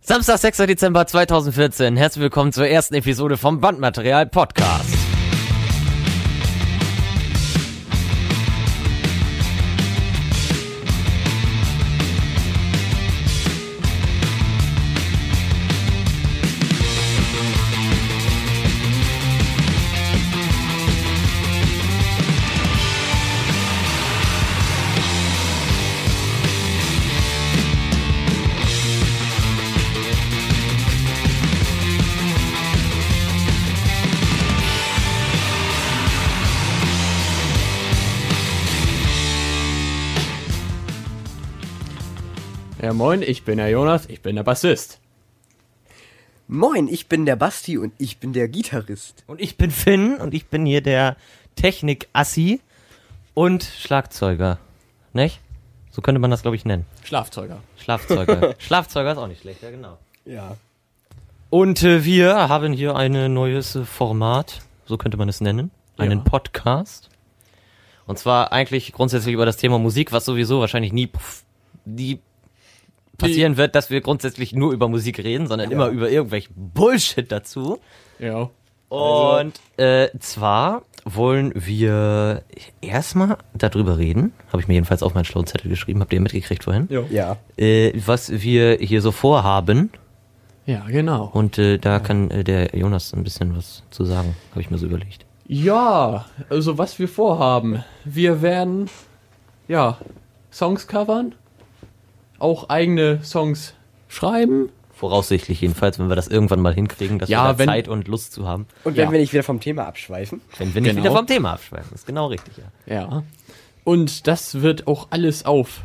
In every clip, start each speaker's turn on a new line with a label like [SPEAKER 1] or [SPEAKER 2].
[SPEAKER 1] Samstag, 6. Dezember 2014. Herzlich willkommen zur ersten Episode vom Bandmaterial Podcast.
[SPEAKER 2] Ja, moin, ich bin der Jonas, ich bin der Bassist.
[SPEAKER 3] Moin, ich bin der Basti und ich bin der Gitarrist.
[SPEAKER 1] Und ich bin Finn und ich bin hier der Technik-Assi und Schlagzeuger. Nicht? So könnte man das, glaube ich, nennen.
[SPEAKER 2] Schlafzeuger.
[SPEAKER 1] Schlafzeuger. Schlafzeuger ist auch nicht schlecht, ja genau.
[SPEAKER 3] Ja.
[SPEAKER 1] Und äh, wir haben hier ein neues äh, Format, so könnte man es nennen, einen
[SPEAKER 2] Ja.
[SPEAKER 1] Podcast. Und zwar eigentlich grundsätzlich über das Thema Musik, was sowieso wahrscheinlich nie, pf- nie passieren wird, dass wir grundsätzlich nur über Musik reden, sondern immer über irgendwelchen Bullshit dazu.
[SPEAKER 2] Ja.
[SPEAKER 1] Und äh, zwar wollen wir erstmal darüber reden, habe ich mir jedenfalls auf meinen schlauen Zettel geschrieben, habt ihr mitgekriegt vorhin,
[SPEAKER 2] Jo.
[SPEAKER 3] Ja.
[SPEAKER 1] äh, was wir hier so vorhaben.
[SPEAKER 2] Ja, genau.
[SPEAKER 1] Und äh, da kann äh, der Jonas ein bisschen was zu sagen, habe ich mir so überlegt.
[SPEAKER 2] Ja, also was wir vorhaben. Wir werden, ja, Songs covern, auch eigene Songs schreiben.
[SPEAKER 1] Voraussichtlich jedenfalls, wenn wir das irgendwann mal hinkriegen, dass
[SPEAKER 2] Ja,
[SPEAKER 1] wir da
[SPEAKER 2] wenn-
[SPEAKER 1] Zeit und Lust zu haben.
[SPEAKER 3] Und wenn
[SPEAKER 2] Ja.
[SPEAKER 3] wir nicht wieder vom Thema abschweifen.
[SPEAKER 1] Wenn wir nicht
[SPEAKER 2] Genau.
[SPEAKER 1] wieder vom Thema abschweifen. Das ist genau richtig, ja.
[SPEAKER 2] Ja. Und das wird auch alles auf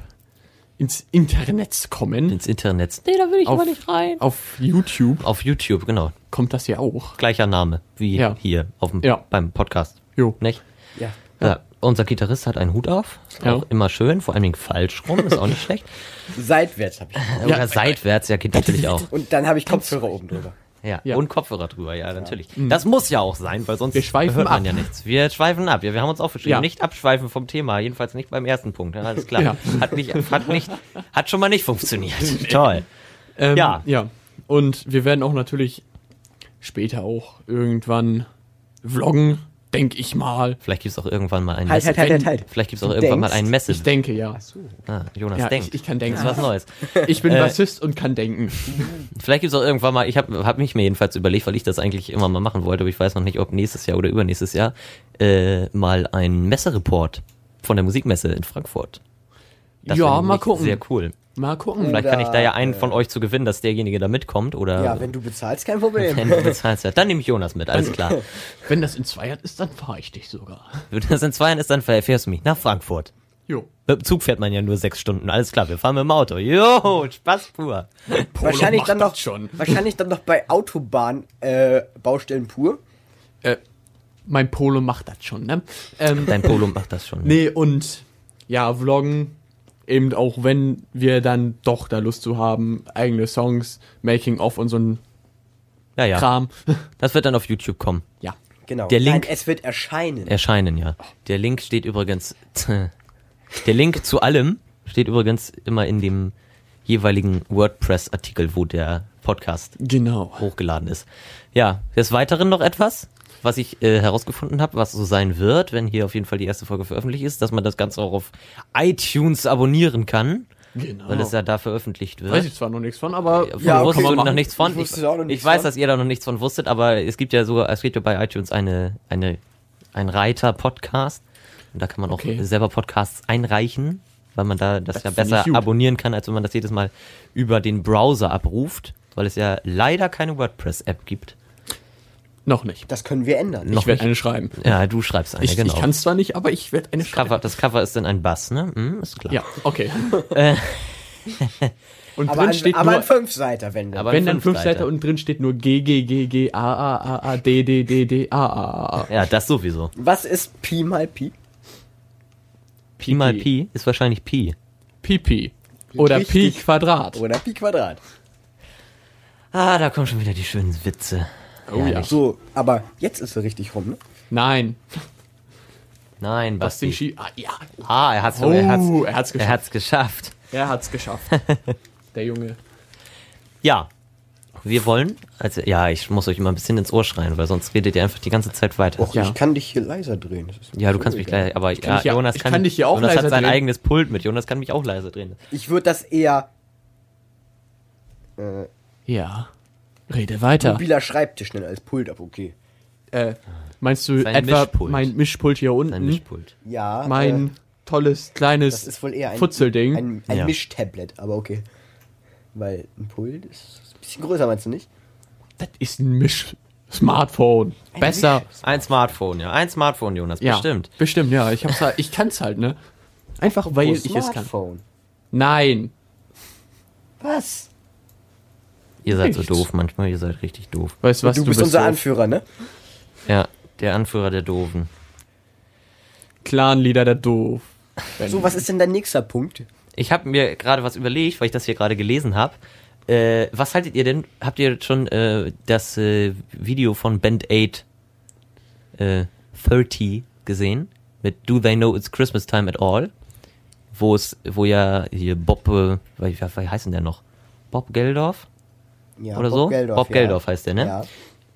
[SPEAKER 2] ins Internet kommen.
[SPEAKER 1] Ins Internet. Nee, da will ich
[SPEAKER 2] Auf-
[SPEAKER 1] aber nicht rein.
[SPEAKER 2] Auf YouTube
[SPEAKER 1] Auf YouTube, genau.
[SPEAKER 2] kommt das ja auch.
[SPEAKER 1] Gleicher Name wie
[SPEAKER 2] Ja.
[SPEAKER 1] hier auf dem,
[SPEAKER 2] Ja.
[SPEAKER 1] beim Podcast.
[SPEAKER 2] Jo.
[SPEAKER 1] Nicht?
[SPEAKER 3] Ja.
[SPEAKER 1] Ja, unser Gitarrist hat einen Hut auf. Ist
[SPEAKER 2] Ja.
[SPEAKER 1] Auch immer schön, vor allen Dingen falsch rum, ist auch nicht schlecht.
[SPEAKER 3] Seitwärts habe ich.
[SPEAKER 1] Oder seitwärts, ja, geht natürlich auch.
[SPEAKER 3] Und dann habe ich Kopfhörer oben drüber.
[SPEAKER 1] Ja.
[SPEAKER 2] Ja. Mhm.
[SPEAKER 1] Und Kopfhörer drüber, ja, natürlich. Das muss ja auch sein, weil sonst
[SPEAKER 2] Wir schweifen
[SPEAKER 1] hört man
[SPEAKER 2] ab.
[SPEAKER 1] ja nichts. Wir schweifen ab. Ja, wir haben uns aufgeschrieben,
[SPEAKER 2] Ja.
[SPEAKER 1] nicht abschweifen vom Thema, jedenfalls nicht beim ersten Punkt. Ja, alles klar.
[SPEAKER 2] Ja.
[SPEAKER 1] Hat, nicht, hat, nicht, hat schon mal nicht funktioniert. Toll.
[SPEAKER 2] Ähm,
[SPEAKER 1] Ja.
[SPEAKER 2] Ja. Und wir werden auch natürlich später auch irgendwann vloggen, denke ich mal.
[SPEAKER 1] Vielleicht gibt's auch irgendwann mal einen
[SPEAKER 3] Halt, halt,
[SPEAKER 1] Messe.
[SPEAKER 3] halt, halt, halt.
[SPEAKER 1] Vielleicht gibt's
[SPEAKER 3] Du
[SPEAKER 1] auch irgendwann mal
[SPEAKER 3] denkst?
[SPEAKER 1] einen Messe.
[SPEAKER 2] Ich denke ja.
[SPEAKER 1] Ah, Jonas
[SPEAKER 2] ja
[SPEAKER 1] denkt.
[SPEAKER 2] ich, ich kann denken.
[SPEAKER 1] das ist was Neues.
[SPEAKER 2] Ich bin
[SPEAKER 1] Äh,
[SPEAKER 2] Bassist und kann denken.
[SPEAKER 1] Vielleicht gibt's auch irgendwann mal, ich habe hab mich mir jedenfalls überlegt, weil ich das eigentlich immer mal machen wollte, aber ich weiß noch nicht, ob nächstes Jahr oder übernächstes Jahr, äh, mal ein Messereport von der Musikmesse in Frankfurt. Das
[SPEAKER 2] Ja,
[SPEAKER 1] wär
[SPEAKER 2] mal
[SPEAKER 1] nämlich
[SPEAKER 2] gucken.
[SPEAKER 1] Sehr cool.
[SPEAKER 2] Mal gucken.
[SPEAKER 1] Vielleicht kann ich da ja einen
[SPEAKER 3] äh,
[SPEAKER 1] von euch zu gewinnen, dass derjenige da mitkommt oder
[SPEAKER 3] Ja, wenn du bezahlst, kein
[SPEAKER 1] wenn
[SPEAKER 3] Problem.
[SPEAKER 1] du bezahlst. ja. Dann nehme ich Jonas mit, alles klar.
[SPEAKER 2] Wenn das in zwei Jahren ist, dann fahre ich dich sogar.
[SPEAKER 1] Wenn das in zwei Jahren ist, dann fährst du mich nach Frankfurt.
[SPEAKER 2] Jo.
[SPEAKER 1] Mit dem Zug fährt man ja nur sechs Stunden, alles klar, wir fahren mit dem Auto. Jo, Spaß pur.
[SPEAKER 3] wahrscheinlich
[SPEAKER 2] macht
[SPEAKER 3] dann
[SPEAKER 2] das
[SPEAKER 3] noch
[SPEAKER 2] schon.
[SPEAKER 3] wahrscheinlich dann noch bei Autobahn äh, Baustellen pur.
[SPEAKER 2] Äh, mein Polo macht das schon, ne? Ähm,
[SPEAKER 1] Dein Polo macht das schon.
[SPEAKER 2] nee, und ja, vloggen. Eben auch wenn wir dann doch da Lust zu haben, eigene Songs, Making-of und so ein
[SPEAKER 1] Ja, ja.
[SPEAKER 2] Kram.
[SPEAKER 1] Das wird dann auf YouTube kommen.
[SPEAKER 2] Ja.
[SPEAKER 3] Genau.
[SPEAKER 1] Der Link-
[SPEAKER 3] Nein, es wird erscheinen.
[SPEAKER 1] Erscheinen, ja. Der Link steht übrigens. Der Link zu allem steht übrigens immer in dem jeweiligen WordPress-Artikel, wo der Podcast
[SPEAKER 2] Genau.
[SPEAKER 1] hochgeladen ist. Ja, des Weiteren noch etwas, was ich äh, herausgefunden habe, was so sein wird, wenn hier auf jeden Fall die erste Folge veröffentlicht ist, dass man das Ganze auch auf iTunes abonnieren kann,
[SPEAKER 2] Genau.
[SPEAKER 1] weil es ja da veröffentlicht wird.
[SPEAKER 2] Weiß ich zwar noch nichts von,
[SPEAKER 1] Ja,
[SPEAKER 2] aber
[SPEAKER 3] Ja, kann
[SPEAKER 1] wusstest
[SPEAKER 3] man
[SPEAKER 1] du noch
[SPEAKER 3] machen.
[SPEAKER 1] nichts von?
[SPEAKER 3] Ich
[SPEAKER 1] Ich,
[SPEAKER 3] wusste
[SPEAKER 1] ich,
[SPEAKER 3] auch noch nichts
[SPEAKER 1] weiß,
[SPEAKER 3] von.
[SPEAKER 1] dass ihr da noch nichts von wusstet, aber es gibt ja so, es gibt ja bei iTunes eine, eine, ein Reiter Podcast. Und da kann man auch
[SPEAKER 2] Okay.
[SPEAKER 1] selber Podcasts einreichen, weil man da das, ja
[SPEAKER 2] find ich
[SPEAKER 1] besser
[SPEAKER 2] gut.
[SPEAKER 1] abonnieren kann, als wenn man das jedes Mal über den Browser abruft, weil es ja leider keine WordPress-App gibt.
[SPEAKER 2] Noch nicht.
[SPEAKER 3] Das können wir ändern.
[SPEAKER 1] Noch
[SPEAKER 2] ich werde
[SPEAKER 1] nicht.
[SPEAKER 2] eine schreiben.
[SPEAKER 1] Ja, du schreibst eine,
[SPEAKER 2] Ich,
[SPEAKER 1] genau.
[SPEAKER 2] ich kann es zwar nicht, aber ich werde eine
[SPEAKER 1] das, Cover, das Cover ist dann ein Bass, ne? Hm, ist klar.
[SPEAKER 2] Ja, okay.
[SPEAKER 1] Äh.
[SPEAKER 2] und
[SPEAKER 3] aber
[SPEAKER 2] drin
[SPEAKER 3] ein,
[SPEAKER 2] steht
[SPEAKER 3] aber ein
[SPEAKER 2] nur,
[SPEAKER 3] Fünfseiter, wenn
[SPEAKER 1] Aber
[SPEAKER 2] wenn
[SPEAKER 1] ein
[SPEAKER 2] dann fünf
[SPEAKER 1] Fünfseiter.
[SPEAKER 2] Seiten und drin steht nur G, G, G, G, A, A, A, A, D, D, D, D, A, A, A.
[SPEAKER 1] Ja, das sowieso.
[SPEAKER 3] Was ist Pi mal Pi?
[SPEAKER 1] Pi mal Pi ist wahrscheinlich Pi.
[SPEAKER 2] Pipi. Oder Pi
[SPEAKER 3] Richtig. Oh,
[SPEAKER 2] Quadrat.
[SPEAKER 3] Oder Pi Quadrat.
[SPEAKER 1] Ah, da kommen schon wieder die schönen Witze.
[SPEAKER 2] Oh ja.
[SPEAKER 3] So, aber jetzt ist er richtig rum, ne?
[SPEAKER 2] Nein.
[SPEAKER 1] Nein,
[SPEAKER 2] Was
[SPEAKER 1] Basti.
[SPEAKER 2] den Ski. Ah, ja.
[SPEAKER 1] Ah, er hat's,
[SPEAKER 2] Oh,
[SPEAKER 1] er hat's,
[SPEAKER 2] er hat's
[SPEAKER 1] er
[SPEAKER 2] geschafft.
[SPEAKER 1] hat's geschafft.
[SPEAKER 2] Er hat's geschafft. Der Junge.
[SPEAKER 1] Ja, Wir wollen, also ja, ich muss euch immer ein bisschen ins Ohr schreien, weil sonst redet ihr einfach die ganze Zeit weiter.
[SPEAKER 3] Och,
[SPEAKER 2] Ja.
[SPEAKER 3] ich kann dich hier leiser drehen. Das ist mir
[SPEAKER 1] Ja, du
[SPEAKER 3] so
[SPEAKER 1] kannst mich
[SPEAKER 3] egal.
[SPEAKER 1] gleich, aber ja,
[SPEAKER 2] dich ja-
[SPEAKER 1] Jonas
[SPEAKER 2] ich
[SPEAKER 1] kann,
[SPEAKER 2] kann dich hier auch
[SPEAKER 1] Jonas
[SPEAKER 2] leiser
[SPEAKER 1] hat sein
[SPEAKER 2] drehen.
[SPEAKER 1] eigenes Pult mit. Jonas kann mich auch leise drehen.
[SPEAKER 3] Ich würde das eher
[SPEAKER 2] Ja. Rede weiter.
[SPEAKER 3] mobiler Schreibtisch nennen als Pult, aber okay.
[SPEAKER 2] Äh, meinst du
[SPEAKER 1] Sein
[SPEAKER 2] etwa
[SPEAKER 1] Mischpult.
[SPEAKER 2] mein Mischpult hier unten?
[SPEAKER 1] Sein Mischpult.
[SPEAKER 3] Ja,
[SPEAKER 2] Mein
[SPEAKER 3] äh,
[SPEAKER 2] tolles
[SPEAKER 3] das
[SPEAKER 2] kleines
[SPEAKER 3] ist wohl eher ein,
[SPEAKER 2] Futzelding.
[SPEAKER 3] ein, ein
[SPEAKER 1] Ja.
[SPEAKER 3] Mischtablet, aber okay. Weil ein Pult ist ein bisschen größer, meinst du nicht?
[SPEAKER 2] das ist ein Misch-Smartphone. Besser.
[SPEAKER 1] Ein Smartphone, ja. Ein Smartphone, Jonas,
[SPEAKER 2] Ja,
[SPEAKER 1] bestimmt.
[SPEAKER 2] Bestimmt, ja. Ich, hab's halt, ich kann's halt, ne? Einfach weil
[SPEAKER 3] Pro
[SPEAKER 2] ich es kann.
[SPEAKER 3] Oh, Smartphone.
[SPEAKER 2] Nein.
[SPEAKER 3] Was?
[SPEAKER 1] Ihr seid so
[SPEAKER 2] Nichts.
[SPEAKER 1] doof manchmal, ihr seid richtig doof.
[SPEAKER 2] Weißt du was?
[SPEAKER 3] du, bist unser
[SPEAKER 2] so
[SPEAKER 3] Anführer, ne?
[SPEAKER 1] Ja, der Anführer der Doofen.
[SPEAKER 2] Clanleader der Doof. Wenn-
[SPEAKER 3] So, was ist denn dein nächster Punkt?
[SPEAKER 1] Ich habe mir gerade was überlegt, weil ich das hier gerade gelesen habe. Äh, was haltet ihr denn? Habt ihr schon äh, das äh, Video von Band 8 äh, 30 gesehen? Mit Do They Know It's Christmas Time at All? Wo es, wo ja hier Bob, äh, wie, wie heißt denn der noch? Bob Geldorf?
[SPEAKER 3] Ja,
[SPEAKER 1] Oder so? Bob Geldof heißt der, ne?
[SPEAKER 3] Ja.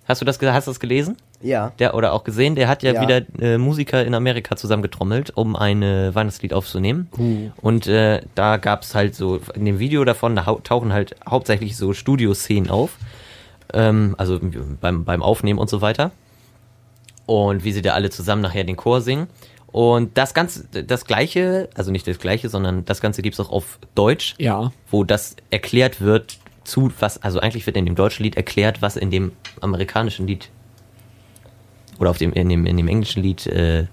[SPEAKER 1] Hast du das, ge- hast du das gelesen?
[SPEAKER 3] ja.
[SPEAKER 1] Der, oder auch gesehen, der hat ja,
[SPEAKER 3] Ja.
[SPEAKER 1] wieder äh, Musiker in Amerika zusammengetrommelt, um ein äh, Weihnachtslied aufzunehmen. Und äh, da gab's halt so, in dem Video davon hau- tauchen halt hauptsächlich so Studioszenen auf. Ähm, also beim, beim Aufnehmen und so weiter. Und wie sie da alle zusammen nachher den Chor singen. Und das Ganze, das Gleiche, also nicht das Gleiche, sondern das Ganze gibt's auch auf Deutsch
[SPEAKER 2] Ja.
[SPEAKER 1] wo das erklärt wird, zu was, also eigentlich wird in dem deutschen Lied erklärt, was in dem amerikanischen Lied oder auf dem, in, dem, in dem englischen Lied äh,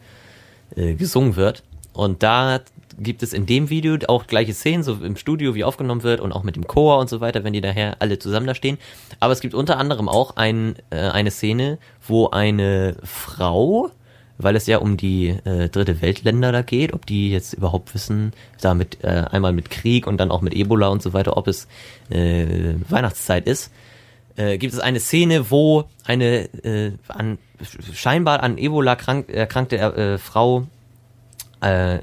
[SPEAKER 1] äh, gesungen wird. Und da gibt es in dem Video auch gleiche Szenen, so im Studio, wie aufgenommen wird und auch mit dem Chor und so weiter, wenn die daher alle zusammen da stehen. Aber es gibt unter anderem auch ein, äh, eine Szene, wo eine Frau, weil es ja um die äh, dritte Weltländer da geht, ob die jetzt überhaupt wissen, da mit, äh, einmal mit Krieg und dann auch mit Ebola und so weiter, ob es äh, Weihnachtszeit ist äh, gibt es eine Szene, wo eine äh, an, scheinbar an Ebola krank, erkrankte äh, Frau, äh,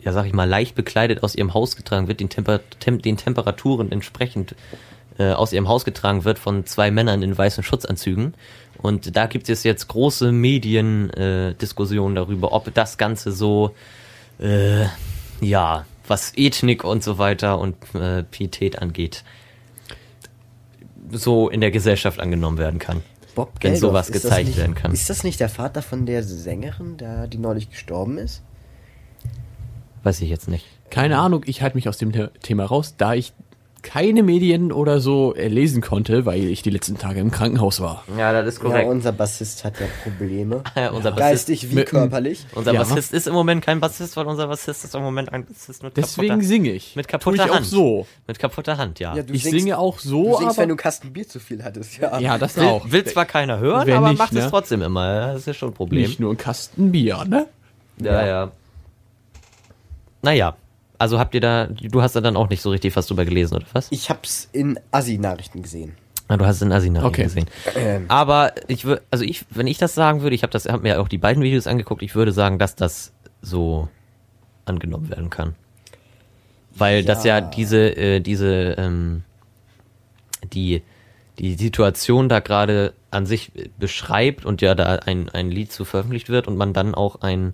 [SPEAKER 1] ja sag ich mal, leicht bekleidet aus ihrem Haus getragen wird, den, Temper tem den Temperaturen entsprechend äh, aus ihrem Haus getragen wird von zwei Männern in weißen Schutzanzügen. Und da gibt es jetzt große Mediendiskussionen äh, Diskussionen darüber, ob das Ganze so, äh, ja, was Ethnik und so weiter und äh, Pietät angeht, so in der Gesellschaft angenommen werden kann.
[SPEAKER 3] Bob
[SPEAKER 1] Wenn sowas
[SPEAKER 3] ist das
[SPEAKER 1] gezeigt
[SPEAKER 3] nicht,
[SPEAKER 1] werden kann.
[SPEAKER 3] Ist das nicht der Vater von der Sängerin, da, die neulich gestorben ist?
[SPEAKER 1] Weiß ich jetzt nicht.
[SPEAKER 2] Keine Ahnung, ich halte mich aus dem The- Thema raus, da ich keine Medien oder so äh, lesen konnte, weil ich die letzten Tage im Krankenhaus war.
[SPEAKER 1] Ja, das ist
[SPEAKER 3] Ja, unser Bassist hat ja Probleme.
[SPEAKER 1] Ja, unser Bassist-
[SPEAKER 3] Geistig wie
[SPEAKER 2] mit-
[SPEAKER 3] körperlich.
[SPEAKER 1] Unser
[SPEAKER 2] Ja.
[SPEAKER 1] Bassist ist im Moment kein Bassist, weil unser Bassist ist im Moment ein Bassist mit
[SPEAKER 2] Deswegen
[SPEAKER 1] kaputter,
[SPEAKER 2] singe ich.
[SPEAKER 1] mit
[SPEAKER 2] Tue
[SPEAKER 1] kaputter
[SPEAKER 2] ich auch
[SPEAKER 1] Hand.
[SPEAKER 2] so.
[SPEAKER 1] Mit kaputter Hand, ja.
[SPEAKER 3] Ja, du
[SPEAKER 2] ich
[SPEAKER 3] singst-
[SPEAKER 2] singe auch
[SPEAKER 3] Du
[SPEAKER 2] so,
[SPEAKER 3] singst, wenn du
[SPEAKER 2] aber...
[SPEAKER 3] einen Kasten Bier zu viel hattest, ja.
[SPEAKER 2] Ja, das
[SPEAKER 1] Will,
[SPEAKER 2] auch.
[SPEAKER 1] will zwar keiner hören,
[SPEAKER 2] Wer
[SPEAKER 1] aber
[SPEAKER 2] nicht,
[SPEAKER 1] macht es
[SPEAKER 2] ne?
[SPEAKER 1] trotzdem immer. Ja, Das ist schon ein Problem.
[SPEAKER 2] Nicht nur ein Kasten Bier, ne?
[SPEAKER 1] ja, ja. Naja. Also habt ihr da, du hast da dann auch nicht so richtig was drüber gelesen, oder was?
[SPEAKER 3] Ich hab's in Assi-Nachrichten gesehen.
[SPEAKER 1] Ah, du hast es in Asina
[SPEAKER 2] Okay.
[SPEAKER 1] gesehen.
[SPEAKER 3] Ähm.
[SPEAKER 1] Aber ich würde, also ich, wenn ich das sagen würde, ich habe hab mir auch die beiden Videos angeguckt, ich würde sagen, dass das so angenommen werden kann. Weil das ja
[SPEAKER 3] Ja.
[SPEAKER 1] diese, äh, diese, ähm, die, die Situation da gerade an sich äh, beschreibt und ja da ein, ein Lied zu veröffentlicht wird und man dann auch ein,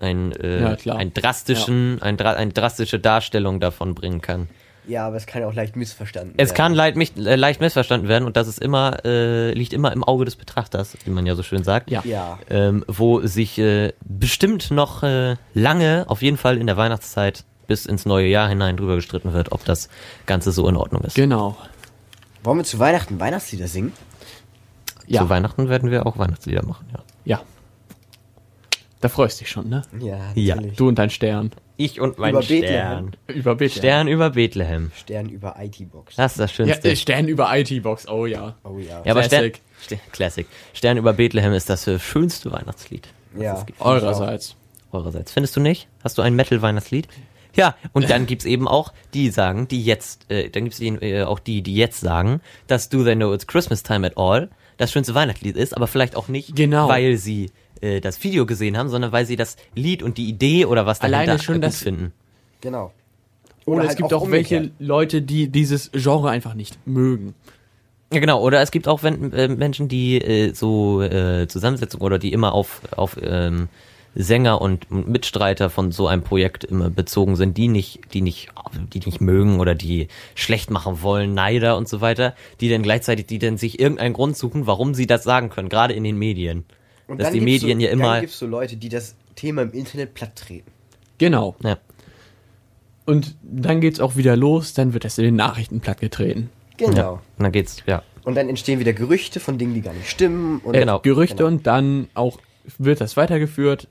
[SPEAKER 1] ein, äh,
[SPEAKER 2] Ja, klar.
[SPEAKER 1] ein drastischen, ein, dra- eine drastische Darstellung davon bringen kann.
[SPEAKER 3] Ja, aber es kann auch leicht missverstanden
[SPEAKER 1] Es
[SPEAKER 3] werden.
[SPEAKER 1] kann leid, mich, äh, leicht missverstanden werden und das ist immer, äh, liegt immer im Auge des Betrachters, wie man ja so schön sagt.
[SPEAKER 2] Ja.
[SPEAKER 3] Ja.
[SPEAKER 1] Ähm, wo sich äh, bestimmt noch äh, lange, auf jeden Fall in der Weihnachtszeit bis ins neue Jahr hinein drüber gestritten wird, ob das Ganze so in Ordnung ist.
[SPEAKER 2] Genau.
[SPEAKER 3] Wollen wir zu Weihnachten Weihnachtslieder singen?
[SPEAKER 2] Ja.
[SPEAKER 1] Zu Weihnachten werden wir auch Weihnachtslieder machen, ja.
[SPEAKER 2] Ja. Da freust dich schon, ne?
[SPEAKER 3] Ja,
[SPEAKER 1] Ja.
[SPEAKER 3] natürlich.
[SPEAKER 2] Du und dein Stern.
[SPEAKER 1] Ich und mein
[SPEAKER 3] Über
[SPEAKER 1] Stern.
[SPEAKER 3] Bethlehem.
[SPEAKER 2] Über Bethlehem.
[SPEAKER 1] Stern über Bethlehem.
[SPEAKER 3] Stern über IT-Box.
[SPEAKER 1] Das ist das
[SPEAKER 2] Ja,
[SPEAKER 1] Schönste.
[SPEAKER 2] äh, Stern über IT-Box, oh ja.
[SPEAKER 3] Oh ja.
[SPEAKER 1] Ja, aber Stern,
[SPEAKER 2] Classic.
[SPEAKER 1] Stern, Classic. Stern über Bethlehem ist das äh, schönste Weihnachtslied. was
[SPEAKER 3] Ja.
[SPEAKER 1] es gibt.
[SPEAKER 2] Eurerseits.
[SPEAKER 1] Eurerseits. Findest du nicht? Hast du ein Metal-Weihnachtslied? Ja, und dann gibt's eben auch die sagen, die jetzt, äh, dann gibt's die, äh, auch die, die jetzt sagen, dass Do They Know It's Christmas Time at All das schönste Weihnachtslied ist, aber vielleicht auch nicht,
[SPEAKER 2] Genau.
[SPEAKER 1] weil sie äh, das Video gesehen haben, sondern weil sie das Lied und die Idee oder was dahinter
[SPEAKER 2] Alleine schon
[SPEAKER 1] gut
[SPEAKER 2] das-
[SPEAKER 1] finden.
[SPEAKER 3] Genau.
[SPEAKER 2] Oder
[SPEAKER 3] Oder
[SPEAKER 2] es
[SPEAKER 3] halt
[SPEAKER 2] gibt
[SPEAKER 3] auch
[SPEAKER 2] auch welche
[SPEAKER 3] umgekehrt.
[SPEAKER 2] Leute, die dieses Genre einfach nicht mögen.
[SPEAKER 1] Ja, genau. Oder es gibt auch wenn, äh, Menschen, die äh, so äh, Zusammensetzungen oder die immer auf, auf ähm, Sänger und Mitstreiter von so einem Projekt immer bezogen sind, die nicht, die nicht, die nicht mögen oder die schlecht machen wollen, Neider und so weiter, die dann gleichzeitig, die dann sich irgendeinen Grund suchen, warum sie das sagen können, gerade in den Medien.
[SPEAKER 3] Und
[SPEAKER 1] Dass
[SPEAKER 3] dann
[SPEAKER 1] die
[SPEAKER 3] gibt's
[SPEAKER 1] Medien
[SPEAKER 3] so,
[SPEAKER 1] ja immer.
[SPEAKER 3] Dann gibt's so Leute, die das Thema im Internet platt treten.
[SPEAKER 2] Genau.
[SPEAKER 1] Ja.
[SPEAKER 2] Und dann geht's auch wieder los, dann wird das in den Nachrichten plattgetreten.
[SPEAKER 3] Genau.
[SPEAKER 1] Ja, dann geht's, ja.
[SPEAKER 3] Und dann entstehen wieder Gerüchte von Dingen, die gar nicht stimmen. Und
[SPEAKER 1] Ja, genau.
[SPEAKER 2] Äh, Gerüchte
[SPEAKER 3] Genau.
[SPEAKER 2] und dann auch wird das weitergeführt.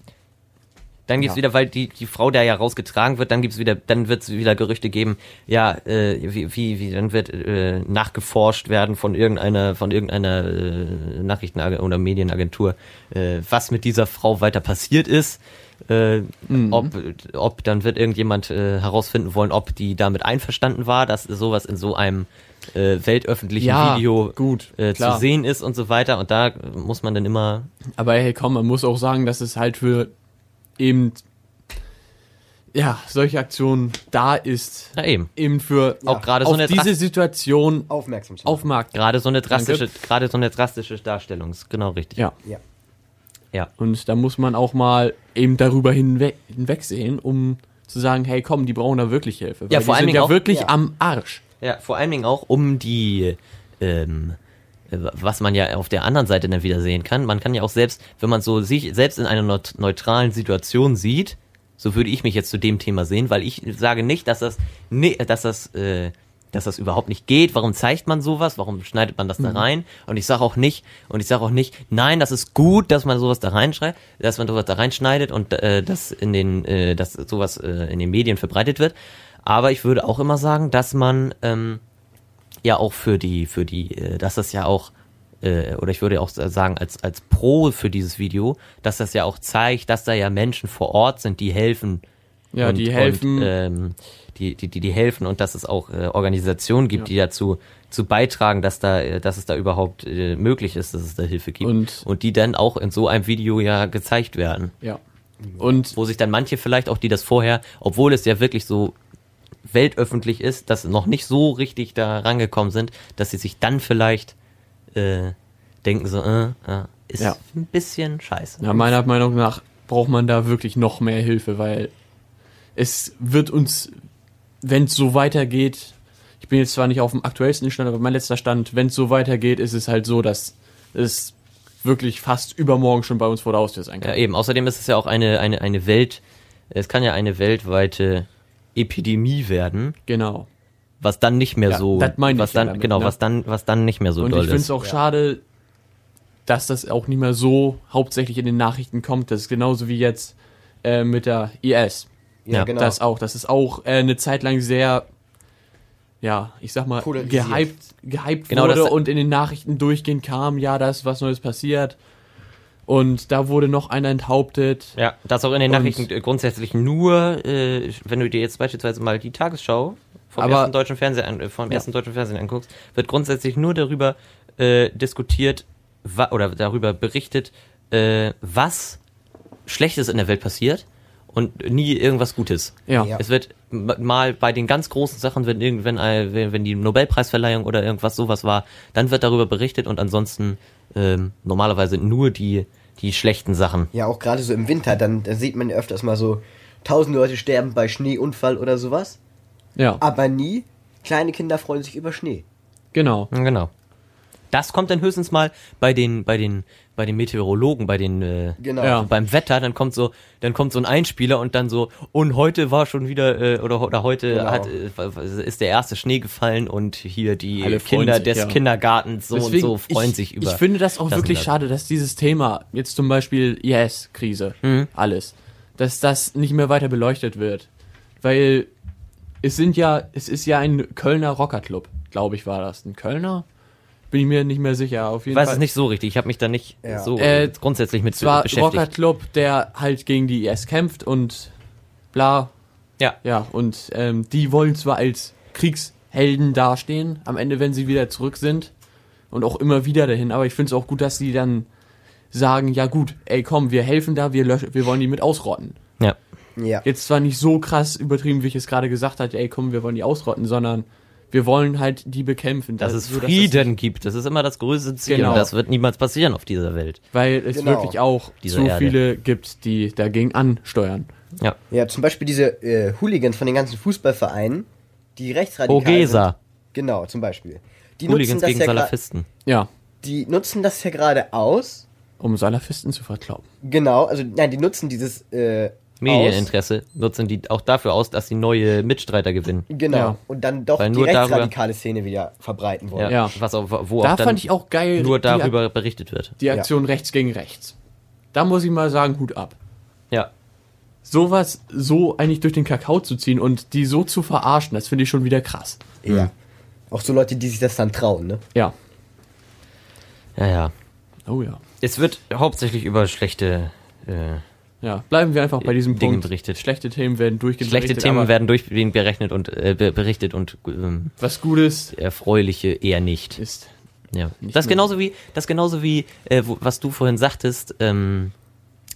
[SPEAKER 1] Dann gibt's
[SPEAKER 2] Ja.
[SPEAKER 1] wieder, weil die, die Frau da ja rausgetragen wird, dann gibt's wieder, dann wird's wieder Gerüchte geben, ja, äh, wie, wie, wie, dann wird äh, nachgeforscht werden von irgendeiner, von irgendeiner äh, Nachrichten- oder Medienagentur, äh, was mit dieser Frau weiter passiert ist. Äh,
[SPEAKER 2] Mhm.
[SPEAKER 1] ob, ob dann wird irgendjemand äh, herausfinden wollen, ob die damit einverstanden war, dass sowas in so einem äh, weltöffentlichen
[SPEAKER 2] Ja,
[SPEAKER 1] Video
[SPEAKER 2] gut,
[SPEAKER 1] äh, zu
[SPEAKER 2] klar.
[SPEAKER 1] sehen ist und so weiter. Und da muss man dann immer
[SPEAKER 2] Aber hey, komm, man muss auch sagen, dass es halt für eben ja, solche Aktionen da ist.
[SPEAKER 1] na eben.
[SPEAKER 2] Eben für
[SPEAKER 1] Auch gerade so
[SPEAKER 2] auf
[SPEAKER 1] eine
[SPEAKER 2] diese Situation
[SPEAKER 3] aufmerksam zu machen.
[SPEAKER 2] aufmerksam.
[SPEAKER 1] Gerade so eine
[SPEAKER 2] Danke.
[SPEAKER 1] drastische, gerade so eine drastische Darstellung, ist genau richtig.
[SPEAKER 2] Ja.
[SPEAKER 3] Ja.
[SPEAKER 1] Ja.
[SPEAKER 2] Und da muss man auch mal eben darüber hinwe hinwegsehen, um zu sagen, hey, komm, die brauchen da wirklich Hilfe. Weil
[SPEAKER 1] Ja, vor allen
[SPEAKER 2] die sind
[SPEAKER 1] Dingen
[SPEAKER 2] ja
[SPEAKER 1] auch-
[SPEAKER 2] wirklich
[SPEAKER 3] ja.
[SPEAKER 2] am Arsch.
[SPEAKER 1] ja, vor allen Dingen auch um die, ähm, äh, was man ja auf der anderen Seite dann wieder sehen kann. Man kann ja auch selbst, wenn man so sich selbst in einer neut- neutralen Situation sieht, so würde ich mich jetzt zu dem Thema sehen, weil ich sage nicht, dass das, nee, dass das, äh, dass das überhaupt nicht geht. Warum zeigt man sowas? Warum schneidet man das da rein? Und ich sage auch nicht, und ich sage auch nicht, nein, das ist gut, dass man sowas da reinschreibt, dass man sowas da reinschneidet und äh, das in den, äh, dass sowas äh, in den Medien verbreitet wird. Aber ich würde auch immer sagen, dass man ähm, ja auch für die, für die, äh, dass das ja auch, äh, oder ich würde auch sagen, als, als Pro für dieses Video, dass das ja auch zeigt, dass da ja Menschen vor Ort sind, die helfen.
[SPEAKER 2] Ja, die helfen.
[SPEAKER 1] Und, ähm, die, die, die, die helfen und dass es auch äh, Organisationen gibt,
[SPEAKER 2] Ja.
[SPEAKER 1] die dazu zu beitragen, dass da, äh, dass es da überhaupt äh, möglich ist, dass es da Hilfe gibt.
[SPEAKER 2] Und-
[SPEAKER 1] und die dann auch in so einem Video ja gezeigt werden
[SPEAKER 2] ja. Und
[SPEAKER 1] wo sich dann manche vielleicht auch, die das vorher, obwohl es ja wirklich so weltöffentlich ist, das noch nicht so richtig da rangekommen sind, dass sie sich dann vielleicht äh, denken so, äh, äh, ist
[SPEAKER 2] Ja.
[SPEAKER 1] ein bisschen scheiße.
[SPEAKER 2] Ja, meiner Meinung nach braucht man da wirklich noch mehr Hilfe, weil es wird uns, wenn es so weitergeht, ich bin jetzt zwar nicht auf dem aktuellsten Stand, aber mein letzter Stand, wenn es so weitergeht, ist es halt so, dass es wirklich fast übermorgen schon bei uns vor der Haustür sein
[SPEAKER 1] Ja,
[SPEAKER 2] kann.
[SPEAKER 1] eben. Außerdem ist es ja auch eine, eine, eine Welt, es kann ja eine weltweite Epidemie werden,
[SPEAKER 2] Genau.
[SPEAKER 1] was dann nicht mehr
[SPEAKER 2] Ja,
[SPEAKER 1] so,
[SPEAKER 2] das meine ich
[SPEAKER 1] was
[SPEAKER 2] ja
[SPEAKER 1] dann,
[SPEAKER 2] damit,
[SPEAKER 1] genau,
[SPEAKER 2] ne?
[SPEAKER 1] was dann, was dann nicht mehr so
[SPEAKER 2] Und ich
[SPEAKER 1] doll
[SPEAKER 2] finde es
[SPEAKER 1] ist.
[SPEAKER 2] auch schade, dass das auch nicht mehr so hauptsächlich in den Nachrichten kommt. Das ist genauso wie jetzt äh, mit der IS.
[SPEAKER 1] Ja,
[SPEAKER 3] genau.
[SPEAKER 2] Das auch. Das ist auch äh, eine Zeit lang sehr, ja, ich sag mal,
[SPEAKER 3] Polarisiert.
[SPEAKER 2] gehypt, gehypt
[SPEAKER 1] Genau,
[SPEAKER 2] wurde
[SPEAKER 1] das-
[SPEAKER 2] und in den Nachrichten durchgehend kam, ja, da ist was Neues passiert. Und da wurde noch einer enthauptet.
[SPEAKER 1] Ja, das auch in den
[SPEAKER 2] Und-
[SPEAKER 1] Nachrichten äh, grundsätzlich nur, äh, wenn du dir jetzt beispielsweise mal die Tagesschau vom
[SPEAKER 2] Aber-
[SPEAKER 1] ersten deutschen Fernsehen an, äh, vom ersten deutschen Fernsehen anguckst, wird grundsätzlich nur darüber äh, diskutiert wa oder darüber berichtet, äh, was Schlechtes in der Welt passiert und nie irgendwas Gutes.
[SPEAKER 2] Ja.
[SPEAKER 3] Ja.
[SPEAKER 1] Es wird m- mal bei den ganz großen Sachen, wenn irgendwann ein- wenn wenn die Nobelpreisverleihung oder irgendwas sowas war, dann wird darüber berichtet und ansonsten ähm, normalerweise nur die die schlechten Sachen.
[SPEAKER 3] Ja, auch gerade so im Winter, dann, dann sieht man ja öfters mal so, tausend Leute sterben bei Schneeunfall oder sowas.
[SPEAKER 2] Ja,
[SPEAKER 3] Aber nie, kleine Kinder freuen sich über Schnee.
[SPEAKER 2] genau.
[SPEAKER 1] Ja, Genau. Das kommt dann höchstens mal bei den, bei den, bei den Meteorologen, bei den, äh,
[SPEAKER 3] Genau.
[SPEAKER 2] Ja.
[SPEAKER 1] beim Wetter, dann kommt so, dann kommt so ein Einspieler und dann so, und heute war schon wieder, äh, oder, oder heute
[SPEAKER 3] Genau.
[SPEAKER 1] hat, äh, ist der erste Schnee gefallen und hier die
[SPEAKER 2] Alle freuen
[SPEAKER 1] Kinder
[SPEAKER 2] sich,
[SPEAKER 1] des
[SPEAKER 2] ja.
[SPEAKER 1] Kindergartens so
[SPEAKER 2] Deswegen,
[SPEAKER 1] und so freuen
[SPEAKER 2] ich,
[SPEAKER 1] sich über.
[SPEAKER 2] Ich finde das auch
[SPEAKER 1] das und
[SPEAKER 2] wirklich
[SPEAKER 1] das.
[SPEAKER 2] schade, dass dieses Thema, jetzt zum Beispiel IS-Krise,
[SPEAKER 1] Mhm.
[SPEAKER 2] alles, dass das nicht mehr weiter beleuchtet wird. Weil es sind ja, es ist ja ein Kölner Rockerclub, glaube ich, war das. Ein Kölner? Bin ich mir nicht mehr sicher. Auf jeden
[SPEAKER 1] Ich weiß
[SPEAKER 2] Fall.
[SPEAKER 1] es nicht so richtig, ich habe mich da nicht
[SPEAKER 3] Ja.
[SPEAKER 1] so
[SPEAKER 2] Äh,
[SPEAKER 1] grundsätzlich mit
[SPEAKER 2] Es war
[SPEAKER 1] beschäftigt.
[SPEAKER 2] Rockerclub, der halt gegen die IS kämpft und bla,
[SPEAKER 1] ja.
[SPEAKER 2] ja, und ähm, die wollen zwar als Kriegshelden dastehen, am Ende, wenn sie wieder zurück sind und auch immer wieder dahin, aber ich finde es auch gut, dass sie dann sagen, ja gut, ey komm, wir helfen da, wir, lösch wir wollen die mit ausrotten.
[SPEAKER 1] ja.
[SPEAKER 3] Ja.
[SPEAKER 2] Jetzt zwar nicht so krass übertrieben, wie ich es gerade gesagt hatte, ey komm, wir wollen die ausrotten, sondern wir wollen halt die bekämpfen.
[SPEAKER 1] Dass
[SPEAKER 2] da-
[SPEAKER 1] es
[SPEAKER 2] so, dass
[SPEAKER 1] Frieden gibt, das ist immer das größte Ziel.
[SPEAKER 2] Genau.
[SPEAKER 1] Und das wird niemals passieren auf dieser Welt.
[SPEAKER 2] weil es
[SPEAKER 3] Genau.
[SPEAKER 2] wirklich auch
[SPEAKER 1] Diese
[SPEAKER 2] zu
[SPEAKER 1] Erde.
[SPEAKER 2] viele gibt, die dagegen ansteuern.
[SPEAKER 1] Ja.
[SPEAKER 3] Ja, zum Beispiel diese äh, Hooligans von den ganzen Fußballvereinen, die rechtsradikal sind.
[SPEAKER 1] Ogesa,
[SPEAKER 3] Genau, zum Beispiel. Die nutzen,
[SPEAKER 1] Hooligans
[SPEAKER 3] das
[SPEAKER 1] gegen
[SPEAKER 3] ja gra-
[SPEAKER 1] Salafisten.
[SPEAKER 2] Ja,
[SPEAKER 3] die nutzen das ja gerade aus.
[SPEAKER 2] um Salafisten zu verklauben.
[SPEAKER 3] Genau, also nein, die nutzen dieses äh, aus.
[SPEAKER 1] Medieninteresse nutzen die auch dafür aus, dass sie neue Mitstreiter gewinnen.
[SPEAKER 3] Genau.
[SPEAKER 2] Ja.
[SPEAKER 3] Und dann doch
[SPEAKER 1] Weil
[SPEAKER 3] die
[SPEAKER 1] nur darüber-
[SPEAKER 3] rechtsradikale Szene wieder verbreiten wollen.
[SPEAKER 1] Ja.
[SPEAKER 2] Ja.
[SPEAKER 1] Was auch, wo
[SPEAKER 2] Da
[SPEAKER 1] auch dann
[SPEAKER 2] fand ich auch geil
[SPEAKER 1] nur
[SPEAKER 2] die, Ak-
[SPEAKER 1] darüber berichtet wird.
[SPEAKER 2] die Aktion rechts gegen rechts. Da muss ich mal sagen, Hut ab.
[SPEAKER 1] Ja.
[SPEAKER 2] Sowas so eigentlich durch den Kakao zu ziehen und die so zu verarschen, das finde ich schon wieder krass.
[SPEAKER 3] Ja. Auch so Leute, die sich das dann trauen, ne?
[SPEAKER 2] Ja.
[SPEAKER 1] Ja, ja.
[SPEAKER 2] Oh ja.
[SPEAKER 1] Es wird hauptsächlich über schlechte, äh,
[SPEAKER 2] Ja, bleiben wir einfach bei diesem
[SPEAKER 1] Dingen
[SPEAKER 2] Punkt.
[SPEAKER 1] berichtet.
[SPEAKER 2] Schlechte Themen werden durchgehen.
[SPEAKER 1] schlechte Themen werden durchgehend berechnet und äh, be- berichtet und ähm,
[SPEAKER 2] Was Gutes
[SPEAKER 1] erfreuliche eher nicht.
[SPEAKER 2] ist.
[SPEAKER 1] Ja.
[SPEAKER 2] Nicht
[SPEAKER 1] Das
[SPEAKER 2] mehr.
[SPEAKER 1] genauso wie, das genauso wie, äh, wo, was du vorhin sagtest, ähm,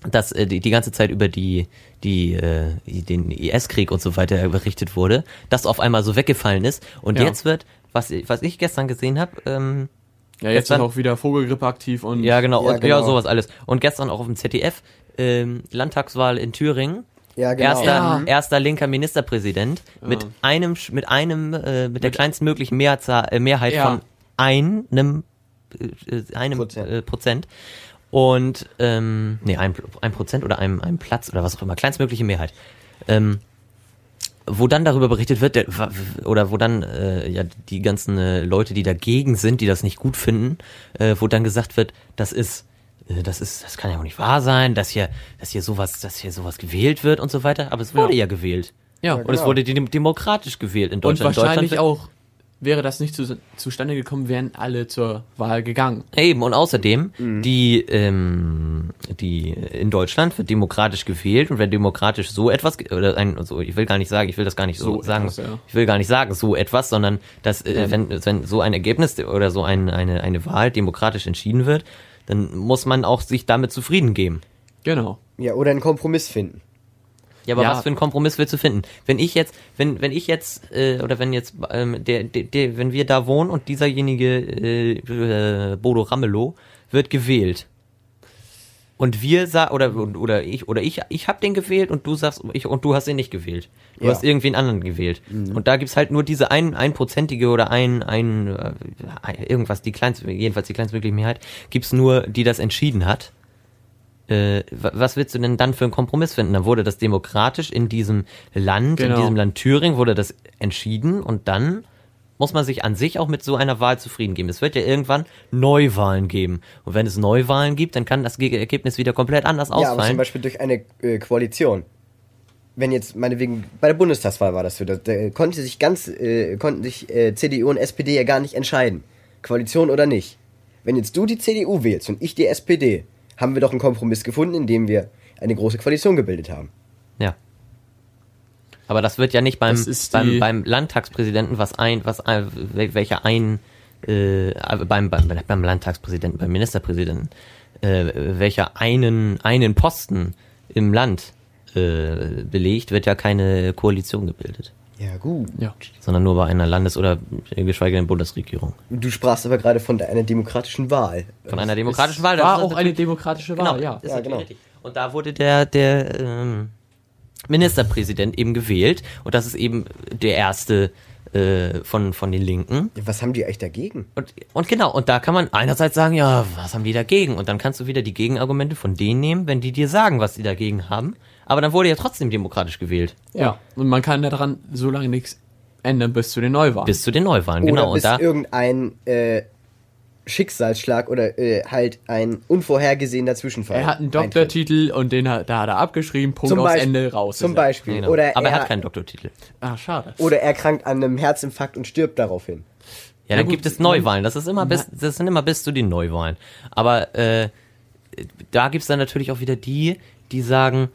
[SPEAKER 1] dass äh, die, die ganze Zeit über die, die, äh, den IS-Krieg und so weiter berichtet wurde, das auf einmal so weggefallen ist. Und
[SPEAKER 2] Ja.
[SPEAKER 1] jetzt wird, was, was ich gestern gesehen habe, ähm,
[SPEAKER 2] Ja, jetzt
[SPEAKER 1] Gestern-
[SPEAKER 2] ist auch wieder Vogelgrippe aktiv und
[SPEAKER 1] ja genau,
[SPEAKER 3] Ja,
[SPEAKER 1] und, ja
[SPEAKER 3] genau.
[SPEAKER 1] sowas alles. Und gestern auch auf dem ZDF, ähm, Landtagswahl in Thüringen.
[SPEAKER 3] Ja, genau.
[SPEAKER 1] Erster,
[SPEAKER 2] Ja.
[SPEAKER 1] erster linker Ministerpräsident mit einem, Sch- mit einem, äh, mit der kleinstmöglichen Mehrzahl, äh, Mehrheit
[SPEAKER 2] Ja.
[SPEAKER 1] von einem, äh, äh, einem
[SPEAKER 3] Prozent.
[SPEAKER 1] Prozent. Äh, Prozent. Und, ähm, nee, ein, ein Prozent oder einem, einem Platz oder was auch immer, kleinstmögliche Mehrheit. Ähm, wo dann darüber berichtet wird, der, wa- oder wo dann äh, ja die ganzen äh, Leute, die dagegen sind, die das nicht gut finden, äh, wo dann gesagt wird, das ist, äh, das ist, das kann ja auch nicht wahr sein, dass hier, dass hier sowas, dass hier sowas gewählt wird und so weiter. Aber es wurde ja, gewählt
[SPEAKER 2] ja.
[SPEAKER 1] und es
[SPEAKER 3] genau.
[SPEAKER 1] wurde dem- demokratisch gewählt in
[SPEAKER 2] Und
[SPEAKER 1] Deutschland.
[SPEAKER 2] wahrscheinlich
[SPEAKER 1] Deutschland,
[SPEAKER 2] auch wäre das nicht zu, zustande gekommen, wären alle zur Wahl gegangen.
[SPEAKER 1] Eben und außerdem
[SPEAKER 2] Mhm.
[SPEAKER 1] die, ähm, die in Deutschland wird demokratisch gewählt und wenn demokratisch so etwas ge- oder ein, so, ich will gar nicht sagen, ich will das gar nicht so,
[SPEAKER 2] So
[SPEAKER 1] sagen,
[SPEAKER 2] etwas, ja.
[SPEAKER 1] ich will gar nicht sagen so etwas, sondern dass äh, wenn wenn so ein Ergebnis oder so ein, eine eine Wahl demokratisch entschieden wird, dann muss man auch sich damit zufrieden geben.
[SPEAKER 2] Genau.
[SPEAKER 3] Ja, oder einen Kompromiss finden.
[SPEAKER 1] Ja, aber
[SPEAKER 2] Ja.
[SPEAKER 1] was für einen Kompromiss willst du finden? Wenn ich jetzt, wenn, wenn ich jetzt, äh, oder wenn jetzt, ähm, der, der, der, wenn wir da wohnen und dieserjenige, äh, äh, Bodo Ramelow, wird gewählt. Und wir sa oder und- oder ich oder ich ich habe den gewählt und du sagst ich und du hast ihn nicht gewählt. Du
[SPEAKER 3] Ja.
[SPEAKER 1] hast irgendwen anderen gewählt. Und da gibt's halt nur diese ein einprozentige oder ein ein äh, ein- irgendwas die kleinst jedenfalls die kleinstmögliche Mehrheit gibt's nur die das entschieden hat äh, wa- was willst du denn dann für einen Kompromiss finden? Dann wurde das demokratisch in diesem Land,
[SPEAKER 2] Genau.
[SPEAKER 1] in diesem Land Thüringen, wurde das entschieden und dann muss man sich an sich auch mit so einer Wahl zufrieden geben. Es wird ja irgendwann Neuwahlen geben. Und wenn es Neuwahlen gibt, dann kann das Ge- Ergebnis wieder komplett anders
[SPEAKER 3] Ja, aber zum
[SPEAKER 1] ausfallen.
[SPEAKER 3] Beispiel durch eine äh, Koalition. Wenn jetzt, meinetwegen, bei der Bundestagswahl war das so, da, da konnte sich ganz, äh, konnten sich äh, CDU und SPD ja gar nicht entscheiden. Koalition oder nicht. Wenn jetzt du die CDU wählst und ich die SPD, haben wir doch einen Kompromiss gefunden, indem wir eine große Koalition gebildet haben.
[SPEAKER 1] ja. Aber das wird ja nicht beim,
[SPEAKER 2] Das ist die-
[SPEAKER 1] beim, beim Landtagspräsidenten, was ein, was ein, wel- welcher ein, äh, beim, beim, beim Landtagspräsidenten, beim Ministerpräsidenten, äh, welcher einen, einen Posten im Land äh, belegt, wird ja keine Koalition gebildet,
[SPEAKER 3] Ja, gut.
[SPEAKER 2] Ja.
[SPEAKER 1] sondern nur bei einer Landes- oder äh, geschweige denn Bundesregierung.
[SPEAKER 3] Du sprachst aber gerade von einer demokratischen Wahl.
[SPEAKER 1] Von einer demokratischen Wahl. das
[SPEAKER 2] War
[SPEAKER 1] ist also
[SPEAKER 2] auch eine demokratische Wahl, ja.
[SPEAKER 1] Ist
[SPEAKER 3] Ja,
[SPEAKER 1] natürlich
[SPEAKER 3] genau.
[SPEAKER 1] richtig. Und da wurde der, der ähm, Ministerpräsident eben gewählt und das ist eben der erste äh, von, von den Linken.
[SPEAKER 3] Was haben die eigentlich dagegen?
[SPEAKER 1] Und, und genau, und da kann man einerseits sagen, ja, was haben die dagegen? Und dann kannst du wieder die Gegenargumente von denen nehmen, wenn die dir sagen, was die dagegen haben. Aber dann wurde ja trotzdem demokratisch gewählt.
[SPEAKER 2] Ja. Und man kann daran so lange nichts ändern bis zu den Neuwahlen.
[SPEAKER 1] Bis zu den Neuwahlen,
[SPEAKER 3] Oder
[SPEAKER 1] genau.
[SPEAKER 3] bis
[SPEAKER 1] Und da,
[SPEAKER 3] irgendein äh, Schicksalsschlag oder äh, halt ein unvorhergesehener Zwischenfall.
[SPEAKER 2] er hat einen
[SPEAKER 3] eintritt.
[SPEAKER 2] Doktortitel und den hat, da hat er abgeschrieben, Punkt
[SPEAKER 3] Zum
[SPEAKER 2] aus
[SPEAKER 3] Beispiel-
[SPEAKER 2] Ende raus.
[SPEAKER 3] Zum
[SPEAKER 2] ist er.
[SPEAKER 3] Beispiel.
[SPEAKER 1] genau.
[SPEAKER 3] Oder
[SPEAKER 1] aber er hat
[SPEAKER 3] er-
[SPEAKER 1] keinen Doktortitel.
[SPEAKER 2] Ah, schade.
[SPEAKER 3] Oder er krankt an einem Herzinfarkt und stirbt daraufhin.
[SPEAKER 1] Ja,
[SPEAKER 2] Na
[SPEAKER 1] dann
[SPEAKER 2] gut,
[SPEAKER 1] gibt es Neuwahlen. Das ist immer bis, das sind immer bis zu den Neuwahlen. Aber äh, da gibt's dann natürlich auch wieder die, die sagen,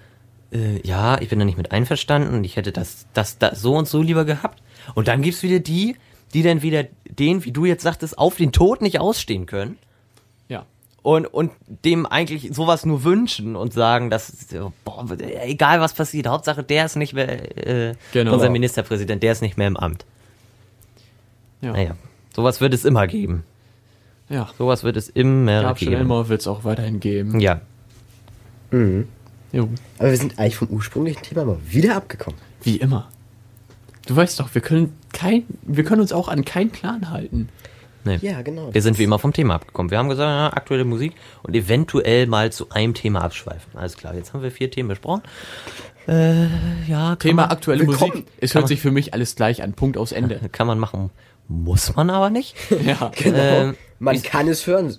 [SPEAKER 1] äh, ja, ich bin da nicht mit einverstanden und ich hätte das, das, das so und so lieber gehabt. Und dann gibt's wieder die, die dann wieder den, wie du jetzt sagtest, auf den Tod nicht ausstehen können
[SPEAKER 2] Ja.
[SPEAKER 1] und, und dem eigentlich sowas nur wünschen und sagen, dass boah, egal was passiert, Hauptsache der ist nicht mehr äh,
[SPEAKER 2] Genau.
[SPEAKER 1] unser Ministerpräsident, der ist nicht mehr im Amt.
[SPEAKER 2] Ja.
[SPEAKER 1] Naja, sowas wird es immer geben.
[SPEAKER 2] Ja.
[SPEAKER 1] Sowas wird es immer
[SPEAKER 2] Gab schon
[SPEAKER 1] geben.
[SPEAKER 2] immer, wird es auch weiterhin geben.
[SPEAKER 1] Ja,
[SPEAKER 2] Jo.
[SPEAKER 3] Aber wir sind eigentlich vom ursprünglichen Thema mal wieder abgekommen.
[SPEAKER 2] Wie immer. Du weißt doch, wir können kein, wir können uns auch an keinen Plan halten.
[SPEAKER 1] nee.
[SPEAKER 3] Ja, genau.
[SPEAKER 1] Wir sind wie immer vom Thema abgekommen. Wir haben gesagt, ja, aktuelle Musik und eventuell mal zu einem Thema abschweifen. Alles klar, jetzt haben wir vier Themen besprochen. Äh, ja, kann
[SPEAKER 2] Thema
[SPEAKER 1] man,
[SPEAKER 2] aktuelle
[SPEAKER 3] willkommen.
[SPEAKER 2] Musik. Es hört sich für mich alles gleich an. Punkt aus Ende.
[SPEAKER 1] kann man machen. Muss man aber nicht.
[SPEAKER 2] ja.
[SPEAKER 1] Ähm,
[SPEAKER 3] man kann es hören,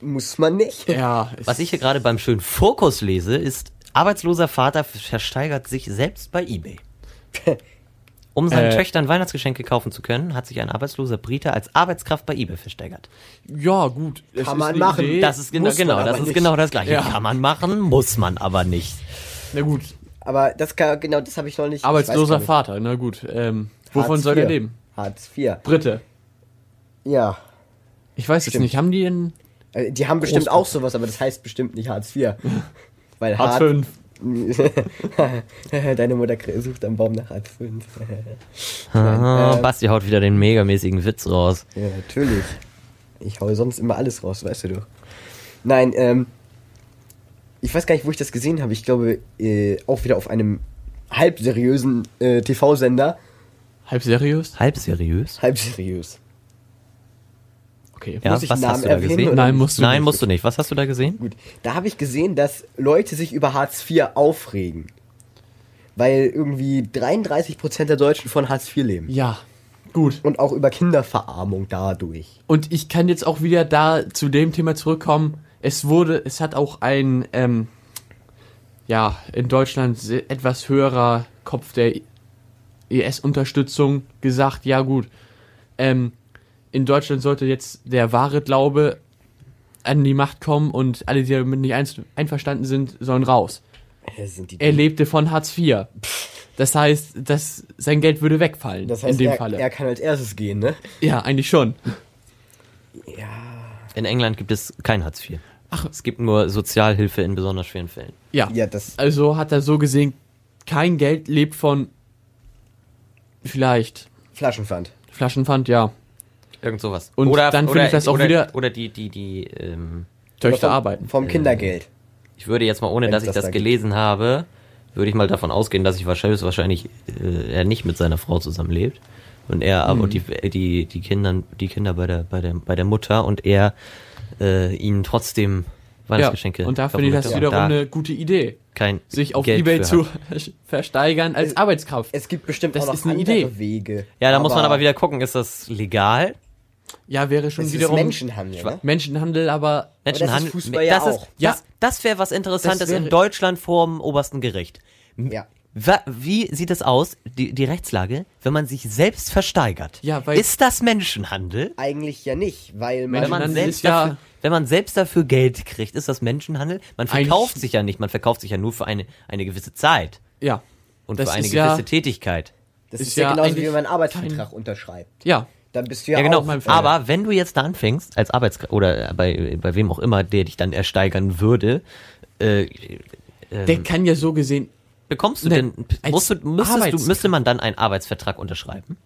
[SPEAKER 3] muss man nicht.
[SPEAKER 2] äh, ja. es-
[SPEAKER 1] Was ich hier gerade beim schönen Fokus lese, ist, arbeitsloser Vater versteigert sich selbst bei Ebay. Um seinen
[SPEAKER 2] Äh.
[SPEAKER 1] Töchtern Weihnachtsgeschenke kaufen zu können, hat sich ein arbeitsloser Brite als Arbeitskraft bei Ebay versteigert.
[SPEAKER 2] Ja, gut. Es
[SPEAKER 3] Kann
[SPEAKER 2] ist
[SPEAKER 3] man
[SPEAKER 2] eine
[SPEAKER 3] machen.
[SPEAKER 2] Idee.
[SPEAKER 1] Das ist genau,
[SPEAKER 3] Äh, muss man
[SPEAKER 1] genau,
[SPEAKER 3] aber
[SPEAKER 1] das ist
[SPEAKER 3] nicht.
[SPEAKER 1] genau das gleiche.
[SPEAKER 2] Ja.
[SPEAKER 1] Kann man machen, muss man aber nicht.
[SPEAKER 2] Na gut.
[SPEAKER 3] Aber das kann, genau, das habe ich noch nicht. ich weiß gar
[SPEAKER 2] Arbeitsloser
[SPEAKER 3] nicht.
[SPEAKER 2] Vater. Na gut. Ähm, wovon
[SPEAKER 3] Hartz
[SPEAKER 2] soll er
[SPEAKER 3] IV.
[SPEAKER 2] leben?
[SPEAKER 3] Hartz IV.
[SPEAKER 2] Britte.
[SPEAKER 3] Ja.
[SPEAKER 2] Ich weiß es
[SPEAKER 3] Stimmt.
[SPEAKER 2] nicht. Haben die einen
[SPEAKER 3] Äh, Die haben bestimmt
[SPEAKER 2] Großpaten.
[SPEAKER 3] auch sowas, aber das heißt bestimmt nicht Hartz IV. Weil
[SPEAKER 2] Hartz
[SPEAKER 3] Hart-
[SPEAKER 2] V?
[SPEAKER 3] Deine Mutter kr- sucht am Baum nach Hartz V.
[SPEAKER 1] Ah,
[SPEAKER 3] ähm,
[SPEAKER 1] Basti haut wieder den megamäßigen Witz raus.
[SPEAKER 3] ja, natürlich. Ich hau sonst immer alles raus, weißt du doch. Nein, ähm. Ich weiß gar nicht, wo ich das gesehen habe. Ich glaube, äh, auch wieder auf einem halbseriösen äh, TV-Sender.
[SPEAKER 2] Halb seriös?
[SPEAKER 1] Halb seriös?
[SPEAKER 3] Halbseriös.
[SPEAKER 2] Okay.
[SPEAKER 1] Ja,
[SPEAKER 3] Muss ich
[SPEAKER 1] was
[SPEAKER 3] Namen
[SPEAKER 1] hast du da
[SPEAKER 3] erwähnen,
[SPEAKER 1] gesehen?
[SPEAKER 3] oder?
[SPEAKER 2] Nein, musst du
[SPEAKER 1] Nein,
[SPEAKER 2] nicht.
[SPEAKER 1] musst du nicht. Was hast du da gesehen?
[SPEAKER 3] Gut, da habe ich gesehen, dass Leute sich über Hartz IV aufregen. Weil irgendwie 33% der Deutschen von Hartz IV leben.
[SPEAKER 2] Ja. Gut.
[SPEAKER 3] Und auch über Kinderverarmung dadurch.
[SPEAKER 2] Und ich kann jetzt auch wieder da zu dem Thema zurückkommen. Es wurde, es hat auch ein, ähm, ja, in Deutschland se- etwas höherer Kopf der IS-Unterstützung gesagt, ja gut, ähm, in Deutschland sollte jetzt der wahre Glaube an die Macht kommen und alle, die damit nicht eins- einverstanden sind, sollen raus.
[SPEAKER 3] Äh, Sind die
[SPEAKER 2] Er lebte von Hartz IV. Das heißt, dass sein Geld würde wegfallen.
[SPEAKER 3] das heißt,
[SPEAKER 2] in dem
[SPEAKER 3] er,
[SPEAKER 2] Falle.
[SPEAKER 3] er kann als erstes gehen, ne?
[SPEAKER 2] ja, eigentlich schon.
[SPEAKER 3] Ja.
[SPEAKER 1] In England gibt es kein Hartz IV. Ach. Es gibt nur Sozialhilfe in besonders schweren Fällen.
[SPEAKER 2] Ja.
[SPEAKER 3] Ja, das.
[SPEAKER 2] Also hat er so gesehen, kein Geld lebt von vielleicht
[SPEAKER 3] Flaschenpfand.
[SPEAKER 2] Flaschenpfand, ja.
[SPEAKER 1] Irgend sowas.
[SPEAKER 2] Und dann finde ich das auch
[SPEAKER 1] oder,
[SPEAKER 2] wieder-
[SPEAKER 1] Oder die, die, die, ähm,
[SPEAKER 3] Oder
[SPEAKER 2] Töchter
[SPEAKER 3] vom,
[SPEAKER 2] arbeiten.
[SPEAKER 3] Vom Kindergeld.
[SPEAKER 1] ich würde jetzt mal, ohne
[SPEAKER 3] Wenn
[SPEAKER 1] dass
[SPEAKER 3] es
[SPEAKER 1] ich
[SPEAKER 3] das
[SPEAKER 1] das
[SPEAKER 3] da gibt.
[SPEAKER 1] gelesen habe, würde ich mal davon ausgehen, dass ich wahrscheinlich, wahrscheinlich äh, er nicht mit seiner Frau zusammenlebt. Und er aber
[SPEAKER 2] Mhm.
[SPEAKER 1] die, äh, die, die Kinder, die Kinder bei der, bei der, bei der Mutter und er äh, ihnen trotzdem
[SPEAKER 2] Ja.
[SPEAKER 1] Weihnachtsgeschenke.
[SPEAKER 2] Und da finde ich
[SPEAKER 1] verbrüht
[SPEAKER 2] das
[SPEAKER 1] hat.
[SPEAKER 2] wiederum
[SPEAKER 1] Da
[SPEAKER 2] eine gute Idee,
[SPEAKER 1] kein
[SPEAKER 2] sich auf
[SPEAKER 1] Geld
[SPEAKER 2] Ebay
[SPEAKER 1] für
[SPEAKER 2] zu
[SPEAKER 1] hat.
[SPEAKER 2] versteigern als Arbeitskraft.
[SPEAKER 3] Es gibt bestimmt
[SPEAKER 2] Das
[SPEAKER 3] auch noch
[SPEAKER 2] ist eine
[SPEAKER 3] andere
[SPEAKER 2] Idee.
[SPEAKER 3] Wege.
[SPEAKER 1] Ja, da muss man aber wieder gucken, ist das legal?
[SPEAKER 2] Ja, wäre schon
[SPEAKER 3] Es ist
[SPEAKER 2] wiederum
[SPEAKER 3] Menschenhandel, ne?
[SPEAKER 2] Menschenhandel, aber
[SPEAKER 1] Menschenhandel.
[SPEAKER 3] das ist Fußball ja
[SPEAKER 1] das ist,
[SPEAKER 3] auch.
[SPEAKER 2] Ja.
[SPEAKER 1] Das, das wäre was Interessantes
[SPEAKER 2] Das wäre-
[SPEAKER 1] in Deutschland vorm obersten Gericht. M-
[SPEAKER 3] Ja.
[SPEAKER 1] Wa- Wie sieht es aus, die, die Rechtslage, wenn man sich selbst versteigert?
[SPEAKER 2] Ja, weil-
[SPEAKER 1] ist das Menschenhandel?
[SPEAKER 3] Eigentlich ja nicht, weil man.
[SPEAKER 1] Wenn man,
[SPEAKER 2] Menschenhandel
[SPEAKER 1] selbst
[SPEAKER 2] ist ja-
[SPEAKER 1] dafür, wenn man selbst dafür Geld kriegt, ist das Menschenhandel? Man verkauft
[SPEAKER 2] Eigentlich-
[SPEAKER 1] sich ja nicht, man verkauft sich ja nur für eine, eine gewisse Zeit
[SPEAKER 2] ja.
[SPEAKER 1] und
[SPEAKER 2] Das
[SPEAKER 1] für eine
[SPEAKER 2] ist
[SPEAKER 1] gewisse
[SPEAKER 2] ja-
[SPEAKER 1] Tätigkeit.
[SPEAKER 3] das
[SPEAKER 2] ist
[SPEAKER 3] ist ja
[SPEAKER 2] ja
[SPEAKER 3] genauso wie
[SPEAKER 2] eigentlich
[SPEAKER 3] wenn man einen Arbeitsvertrag unterschreibt.
[SPEAKER 2] Ja.
[SPEAKER 3] Dann bist du ja,
[SPEAKER 1] Ja, genau.
[SPEAKER 3] auch.
[SPEAKER 2] mein Fall.
[SPEAKER 1] Aber wenn du jetzt da anfängst, als Arbeitskraft oder bei, bei wem auch immer, der dich dann ersteigern würde, äh,
[SPEAKER 2] Der kann ja so gesehen
[SPEAKER 1] Bekommst du
[SPEAKER 2] Nein,
[SPEAKER 1] denn,
[SPEAKER 2] Ne, als
[SPEAKER 1] musst du, müsstest du,
[SPEAKER 2] Arbeits-
[SPEAKER 1] müsste man dann einen Arbeitsvertrag unterschreiben?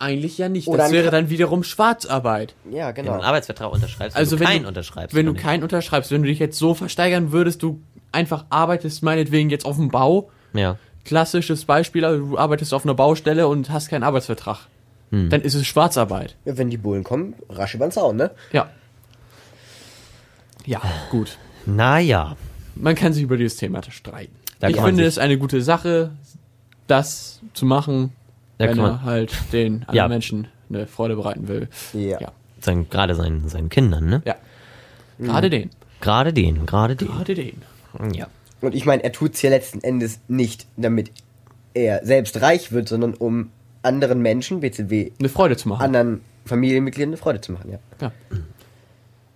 [SPEAKER 2] eigentlich ja nicht.
[SPEAKER 3] Oder
[SPEAKER 2] Das
[SPEAKER 3] ein-
[SPEAKER 2] wäre dann wiederum Schwarzarbeit.
[SPEAKER 3] Ja,
[SPEAKER 1] Wenn du einen
[SPEAKER 3] genau.
[SPEAKER 1] Arbeitsvertrag unterschreibst,
[SPEAKER 2] Also
[SPEAKER 1] wenn du
[SPEAKER 2] wenn
[SPEAKER 1] keinen
[SPEAKER 2] du,
[SPEAKER 1] unterschreibst.
[SPEAKER 2] wenn du
[SPEAKER 1] oder
[SPEAKER 2] keinen unterschreibst, wenn du dich jetzt so versteigern würdest, du einfach arbeitest meinetwegen jetzt auf dem Bau
[SPEAKER 1] nicht? Ja.
[SPEAKER 2] klassisches Beispiel, also du arbeitest auf einer Baustelle und hast keinen Arbeitsvertrag.
[SPEAKER 1] Hm.
[SPEAKER 2] Dann ist es Schwarzarbeit.
[SPEAKER 3] Ja, wenn die Bullen kommen, rasch über den Zaun, ne?
[SPEAKER 2] Ja. Ja, gut.
[SPEAKER 1] Naja.
[SPEAKER 2] Man kann sich über dieses Thema streiten.
[SPEAKER 1] Da
[SPEAKER 2] ich
[SPEAKER 1] kann man
[SPEAKER 2] finde
[SPEAKER 1] sich-
[SPEAKER 2] es eine gute Sache, das zu machen,
[SPEAKER 1] Da
[SPEAKER 2] wenn
[SPEAKER 1] kann
[SPEAKER 2] er
[SPEAKER 1] man-
[SPEAKER 2] halt den anderen
[SPEAKER 1] Ja.
[SPEAKER 2] Menschen eine Freude bereiten will.
[SPEAKER 3] Ja.
[SPEAKER 2] Ja.
[SPEAKER 1] Sein, gerade seinen, seinen Kindern, ne?
[SPEAKER 2] ja. Gerade den.
[SPEAKER 1] Gerade den, gerade den.
[SPEAKER 2] Gerade den.
[SPEAKER 1] Ja.
[SPEAKER 3] Und ich meine, er tut's ja letzten Endes nicht, damit er selbst reich wird, sondern um anderen Menschen, BCW,
[SPEAKER 2] Eine Freude zu machen.
[SPEAKER 3] anderen Familienmitgliedern eine Freude zu machen, ja.
[SPEAKER 2] Ja.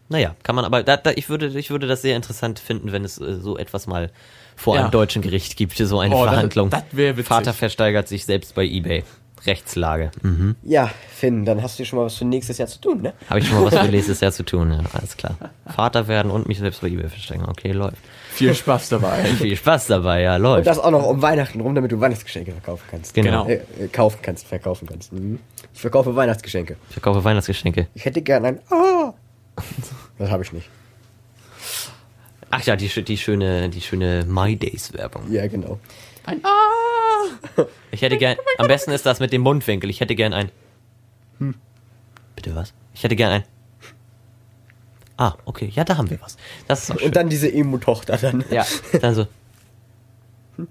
[SPEAKER 1] Naja, kann man aber, da, da, ich würde, ich würde das sehr interessant finden, wenn es äh, so etwas mal vor
[SPEAKER 2] Ja.
[SPEAKER 1] einem deutschen Gericht gibt, so eine
[SPEAKER 2] Oh, das-
[SPEAKER 1] Verhandlung.
[SPEAKER 2] das wär witzig.
[SPEAKER 1] Vater versteigert sich selbst bei eBay. Rechtslage.
[SPEAKER 2] Mhm.
[SPEAKER 3] Ja, Finn, dann hast du schon mal was für nächstes Jahr zu tun, ne?
[SPEAKER 1] Habe ich schon mal was für nächstes Jahr zu tun, ja, alles klar. Vater werden und mich selbst bei eBay verstecken. Okay, läuft.
[SPEAKER 2] Viel Spaß dabei.
[SPEAKER 1] Viel Spaß dabei, ja, läuft.
[SPEAKER 3] Und das auch noch um Weihnachten rum, damit du Weihnachtsgeschenke verkaufen kannst.
[SPEAKER 1] Genau.
[SPEAKER 3] Äh, äh, kaufen kannst, verkaufen kannst. Mhm. Ich verkaufe Weihnachtsgeschenke.
[SPEAKER 1] Ich verkaufe Weihnachtsgeschenke.
[SPEAKER 3] Ich hätte gern ein. Ah! Das habe ich nicht.
[SPEAKER 1] Ach ja, die, schö- die schöne, die schöne My Days Werbung.
[SPEAKER 3] Ja, genau.
[SPEAKER 2] Ein ah!
[SPEAKER 1] Ich hätte gern, am besten ist das mit dem Mundwinkel. Ich hätte gern ein. Hm. Bitte was? Ich hätte gern ein. Ah, okay, ja, da haben wir was. Das ist auch schön.
[SPEAKER 3] Und dann diese Emo-Tochter dann.
[SPEAKER 1] ja, dann so.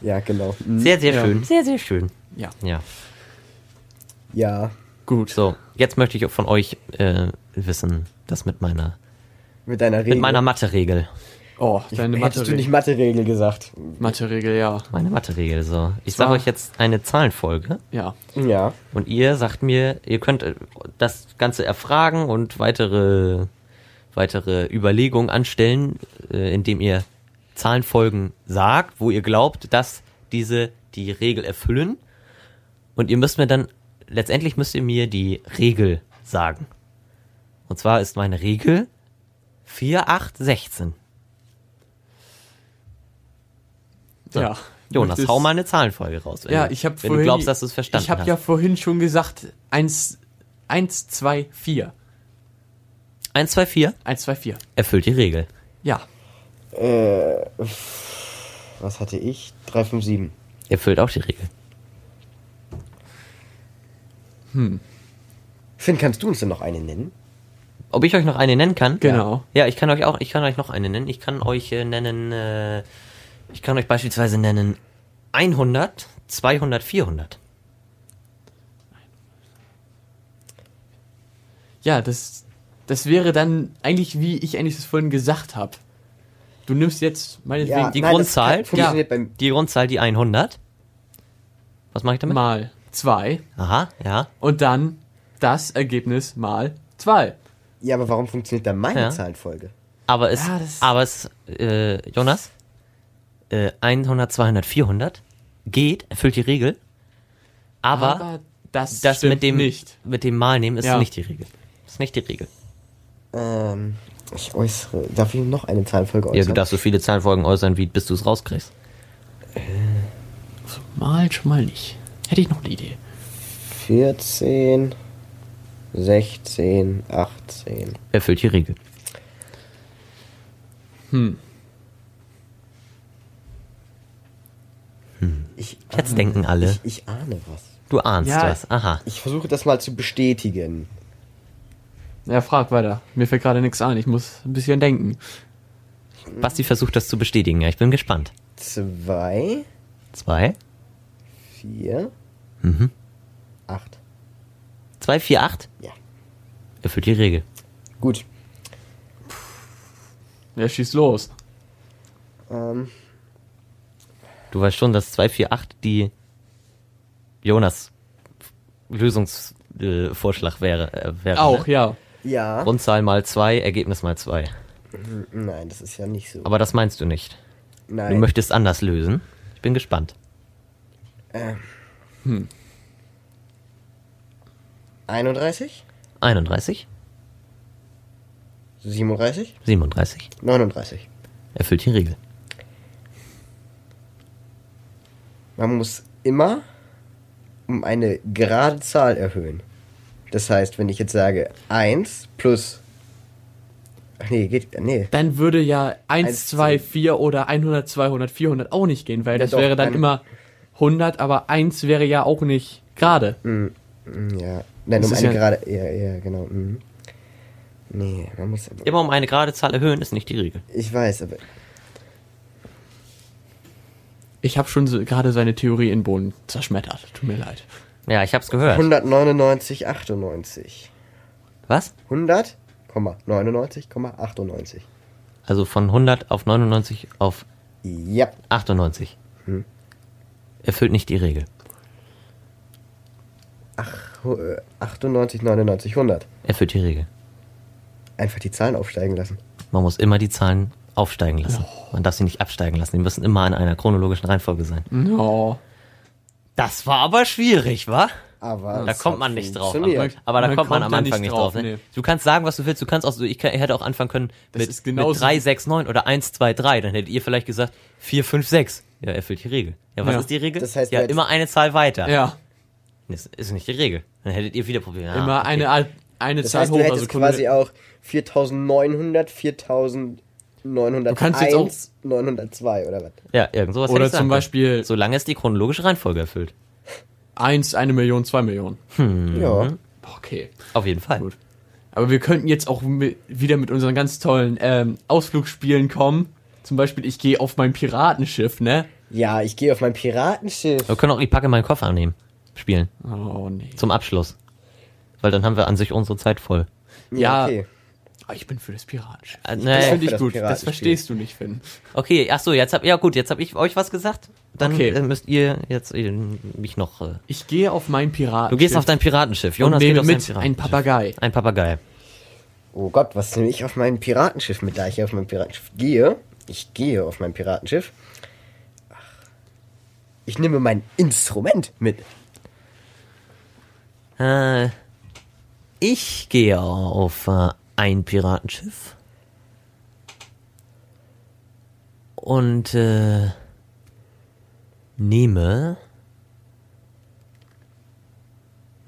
[SPEAKER 3] Ja, genau. Mhm.
[SPEAKER 1] Sehr, sehr
[SPEAKER 2] Ja.
[SPEAKER 1] schön. Sehr, sehr schön.
[SPEAKER 2] Ja,
[SPEAKER 1] Ja.
[SPEAKER 3] Ja,
[SPEAKER 2] gut.
[SPEAKER 1] So, jetzt möchte ich von euch äh, wissen, das mit meiner,
[SPEAKER 3] mit deiner Regel.
[SPEAKER 1] mit meiner Mathe-Regel.
[SPEAKER 2] Oh, deine
[SPEAKER 3] Hättest du nicht
[SPEAKER 2] Mathe-Regel.
[SPEAKER 3] Mathe-Regel gesagt.
[SPEAKER 2] Mathe-Regel, ja.
[SPEAKER 1] Meine Mathe-Regel, so. Ich sage
[SPEAKER 2] Zwar-
[SPEAKER 1] euch jetzt eine Zahlenfolge
[SPEAKER 2] Ja.
[SPEAKER 3] Mhm. Ja.
[SPEAKER 1] und ihr sagt mir, ihr könnt äh, das Ganze erfragen und weitere, weitere Überlegungen anstellen, äh, indem ihr Zahlenfolgen sagt, wo ihr glaubt, dass diese die Regel erfüllen. Und ihr müsst mir dann, letztendlich müsst ihr mir die Regel sagen. Und zwar ist meine Regel 4816.
[SPEAKER 2] ja.
[SPEAKER 1] Jonas,
[SPEAKER 2] Möchtest-
[SPEAKER 1] hau mal eine Zahlenfolge raus. Wenn,
[SPEAKER 2] Ja,
[SPEAKER 1] du-
[SPEAKER 2] ich habe
[SPEAKER 1] Wenn du glaubst, dass du es verstanden
[SPEAKER 2] Ich habe
[SPEAKER 1] hast.
[SPEAKER 2] ja vorhin schon gesagt, eins, eins, zwei, vier.
[SPEAKER 1] 1, 2, 4
[SPEAKER 2] Eins, zwei, vier.
[SPEAKER 1] erfüllt die Regel.
[SPEAKER 2] Ja.
[SPEAKER 3] Äh, was hatte ich? 357.
[SPEAKER 1] Erfüllt auch die Regel.
[SPEAKER 3] Finn, kannst du uns denn noch eine nennen?
[SPEAKER 1] Ob ich euch noch eine nennen kann?
[SPEAKER 2] Genau.
[SPEAKER 1] Ja, ich kann euch auch, ich kann euch noch eine nennen. Ich kann euch äh, nennen, äh, ich kann euch beispielsweise nennen 100, 200, 400.
[SPEAKER 2] Ja, das, das wäre dann eigentlich, wie ich eigentlich das vorhin gesagt habe. Du nimmst jetzt meinetwegen
[SPEAKER 1] die
[SPEAKER 3] nein, das
[SPEAKER 1] Grundzahl?
[SPEAKER 3] kann- Funktioniert beim
[SPEAKER 1] Die Grundzahl, die 100. Was mache ich damit?
[SPEAKER 2] mal zwei
[SPEAKER 1] Aha, ja.
[SPEAKER 2] und dann das Ergebnis mal zwei.
[SPEAKER 3] Ja, aber warum funktioniert dann meine
[SPEAKER 1] Ja.
[SPEAKER 3] Zahlenfolge?
[SPEAKER 1] Aber es,
[SPEAKER 2] Ja, das-
[SPEAKER 1] aber es, äh, Jonas, äh, 100, 200, 400 geht, erfüllt die Regel. Aber,
[SPEAKER 2] das,
[SPEAKER 1] das
[SPEAKER 2] stimmt
[SPEAKER 1] mit dem,
[SPEAKER 2] nicht.
[SPEAKER 1] mit dem Mal nehmen ist
[SPEAKER 2] Ja.
[SPEAKER 1] nicht die Regel. Ist nicht die Regel.
[SPEAKER 3] Ähm, ich äußere. Darf ich noch eine Zahlenfolge äußern?
[SPEAKER 1] Ja, du darfst so viele Zahlenfolgen äußern, wie bis du es rauskriegst.
[SPEAKER 2] Mal schon mal nicht. Hätte ich noch eine Idee.
[SPEAKER 3] 14, 16, 18.
[SPEAKER 1] Erfüllt die Regel.
[SPEAKER 3] Ich
[SPEAKER 1] Jetzt
[SPEAKER 3] ahne-
[SPEAKER 1] denken alle.
[SPEAKER 3] Ähm, Ich, ich ahne was.
[SPEAKER 1] Du ahnst
[SPEAKER 2] Ja.
[SPEAKER 1] was. Aha.
[SPEAKER 3] Ich versuche das mal zu bestätigen.
[SPEAKER 2] Ja, frag weiter. Mir fällt gerade nichts ein. Ich muss ein bisschen denken.
[SPEAKER 1] Basti versucht das zu bestätigen. Ja, ich bin gespannt.
[SPEAKER 3] 2,
[SPEAKER 1] Zwei,
[SPEAKER 3] 4,
[SPEAKER 1] Mhm.
[SPEAKER 3] 8.
[SPEAKER 1] zwei, vier, acht.
[SPEAKER 3] Ja.
[SPEAKER 1] Erfüllt die Regel.
[SPEAKER 3] Gut.
[SPEAKER 2] Ja, schieß los.
[SPEAKER 3] Ähm,
[SPEAKER 1] Du weißt schon, dass zwei, vier, acht die Jonas Lösungsvorschlag wäre, äh, wäre.
[SPEAKER 2] Auch,
[SPEAKER 1] ne?
[SPEAKER 2] ja.
[SPEAKER 3] ja.
[SPEAKER 1] Grundzahl mal zwei, Ergebnis mal zwei.
[SPEAKER 3] Nein, das ist ja nicht so.
[SPEAKER 1] Aber das meinst du nicht. Du
[SPEAKER 3] Nein.
[SPEAKER 1] möchtest anders lösen. Ich bin gespannt.
[SPEAKER 3] Ähm. 31,
[SPEAKER 1] 31,
[SPEAKER 3] 37,
[SPEAKER 1] 37.
[SPEAKER 3] 39.
[SPEAKER 1] Erfüllt die Regel.
[SPEAKER 3] Man muss immer um eine gerade Zahl erhöhen. Das heißt, wenn ich jetzt sage 1 plus. Ach nee, geht. Nee.
[SPEAKER 2] Dann würde ja 1,
[SPEAKER 3] Eins,
[SPEAKER 2] 2, 4 oder 100, 200, 400 auch nicht gehen, weil
[SPEAKER 3] Ja,
[SPEAKER 2] das
[SPEAKER 3] doch,
[SPEAKER 2] wäre dann
[SPEAKER 3] dann-
[SPEAKER 2] immer 100, aber 1 wäre ja auch nicht gerade.
[SPEAKER 3] Mm, Ja. Nein,
[SPEAKER 2] Das
[SPEAKER 3] um
[SPEAKER 2] ist
[SPEAKER 3] eine
[SPEAKER 2] ja-
[SPEAKER 3] gerade. Ja, ja, genau. mhm. Nee, man muss.
[SPEAKER 1] Immer um eine gerade Zahl erhöhen ist nicht die Regel.
[SPEAKER 3] Ich weiß, aber.
[SPEAKER 2] Ich habe schon so, gerade seine Theorie in den Boden zerschmettert. Tut mir leid.
[SPEAKER 1] Ja, ich hab's gehört.
[SPEAKER 3] 199, 98.
[SPEAKER 1] Was?
[SPEAKER 3] 100, 99, 98.
[SPEAKER 1] Also von 100 auf 99 auf
[SPEAKER 3] Ja.
[SPEAKER 1] 98.
[SPEAKER 3] Hm.
[SPEAKER 1] Erfüllt nicht die Regel.
[SPEAKER 3] Ach, äh, 98, 99, 100.
[SPEAKER 1] Erfüllt die Regel.
[SPEAKER 3] Einfach die Zahlen aufsteigen lassen.
[SPEAKER 1] Man muss immer die Zahlen aufsteigen
[SPEAKER 2] Hm.
[SPEAKER 3] Oh.
[SPEAKER 1] lassen. Man darf sie nicht absteigen lassen. Die müssen immer in einer chronologischen Reihenfolge sein.
[SPEAKER 2] No.
[SPEAKER 1] Das war aber schwierig, wa?
[SPEAKER 3] Aber
[SPEAKER 1] Da
[SPEAKER 3] es
[SPEAKER 1] kommt
[SPEAKER 3] hat
[SPEAKER 1] man nicht drauf.
[SPEAKER 3] funktioniert.
[SPEAKER 1] Am- Aber da
[SPEAKER 2] Man
[SPEAKER 1] kommt man
[SPEAKER 2] kommt
[SPEAKER 1] am
[SPEAKER 2] da
[SPEAKER 1] Anfang
[SPEAKER 2] nicht
[SPEAKER 1] nicht
[SPEAKER 2] drauf,
[SPEAKER 1] drauf. ne?
[SPEAKER 2] nee.
[SPEAKER 1] Du kannst sagen, was du willst. Du kannst auch so, ich, kann, ich hätte auch anfangen können mit,
[SPEAKER 2] ist
[SPEAKER 1] mit
[SPEAKER 2] genauso.
[SPEAKER 1] 3, 6, 9 oder 1, 2, 3. Dann hättet ihr vielleicht gesagt 4, 5, 6. Ja, erfüllt die Regel. Ja, was
[SPEAKER 2] Ja.
[SPEAKER 1] ist die Regel?
[SPEAKER 3] Das heißt,
[SPEAKER 1] ja,
[SPEAKER 3] wir hätten-
[SPEAKER 1] immer eine Zahl weiter.
[SPEAKER 2] Ja,
[SPEAKER 1] Das ist nicht die Regel. Dann hättet ihr wieder Probleme. Ja,
[SPEAKER 2] immer
[SPEAKER 1] okay.
[SPEAKER 2] eine, Al- eine
[SPEAKER 3] Ah, Das
[SPEAKER 2] Zahl
[SPEAKER 3] heißt,
[SPEAKER 2] hoch.
[SPEAKER 3] du hättest
[SPEAKER 2] also
[SPEAKER 3] quasi auch 4900, 4901,
[SPEAKER 2] Du kannst jetzt auch-
[SPEAKER 3] 902 oder was?
[SPEAKER 1] Ja, irgend sowas hätte
[SPEAKER 2] Oder
[SPEAKER 1] ich sagen
[SPEAKER 2] zum Beispiel
[SPEAKER 1] Können. Äh, Solange es die chronologische Reihenfolge erfüllt.
[SPEAKER 2] 1, 1 Million, 2 Millionen. Mhm.
[SPEAKER 3] Ja.
[SPEAKER 2] Okay.
[SPEAKER 1] Auf jeden Fall.
[SPEAKER 2] Gut. Aber wir könnten jetzt auch mi- wieder mit unseren ganz tollen ähm, Ausflugsspielen kommen. Zum Beispiel, ich gehe auf mein Piratenschiff, ne?
[SPEAKER 3] Ja, ich gehe auf mein Piratenschiff.
[SPEAKER 1] Wir können auch die Packe in meinen Koffer annehmen. Spielen.
[SPEAKER 2] Oh nee.
[SPEAKER 1] Zum Abschluss. Weil dann haben wir an sich unsere Zeit voll.
[SPEAKER 2] Ja.
[SPEAKER 3] okay.
[SPEAKER 2] Aber Ah, ich bin für das Piratenschiff.
[SPEAKER 1] Äh,
[SPEAKER 2] Das
[SPEAKER 1] nee.
[SPEAKER 2] finde
[SPEAKER 3] für
[SPEAKER 2] ich
[SPEAKER 3] das
[SPEAKER 2] gut. Das
[SPEAKER 3] Piratenspiel.
[SPEAKER 2] verstehst du nicht, Finn.
[SPEAKER 1] Okay, ach so, jetzt hab ja gut, jetzt hab ich euch was gesagt. Dann
[SPEAKER 2] Okay.
[SPEAKER 1] äh, müsst ihr jetzt äh, mich noch. Äh,
[SPEAKER 2] Ich gehe auf mein Piratenschiff.
[SPEAKER 1] du gehst auf dein Piratenschiff.
[SPEAKER 2] und
[SPEAKER 1] Jonas geht
[SPEAKER 2] nehme
[SPEAKER 1] auf
[SPEAKER 2] mit
[SPEAKER 1] sein
[SPEAKER 2] ein
[SPEAKER 1] Piratenschiff.
[SPEAKER 2] Papagei.
[SPEAKER 1] Ein Papagei.
[SPEAKER 3] Oh Gott, was nehme ich auf mein Piratenschiff mit, da ich auf mein Piratenschiff gehe? Ich gehe auf mein Piratenschiff. Ach. Ich nehme mein Instrument mit.
[SPEAKER 1] Äh, ich gehe auf äh, ein Piratenschiff. Und äh, nehme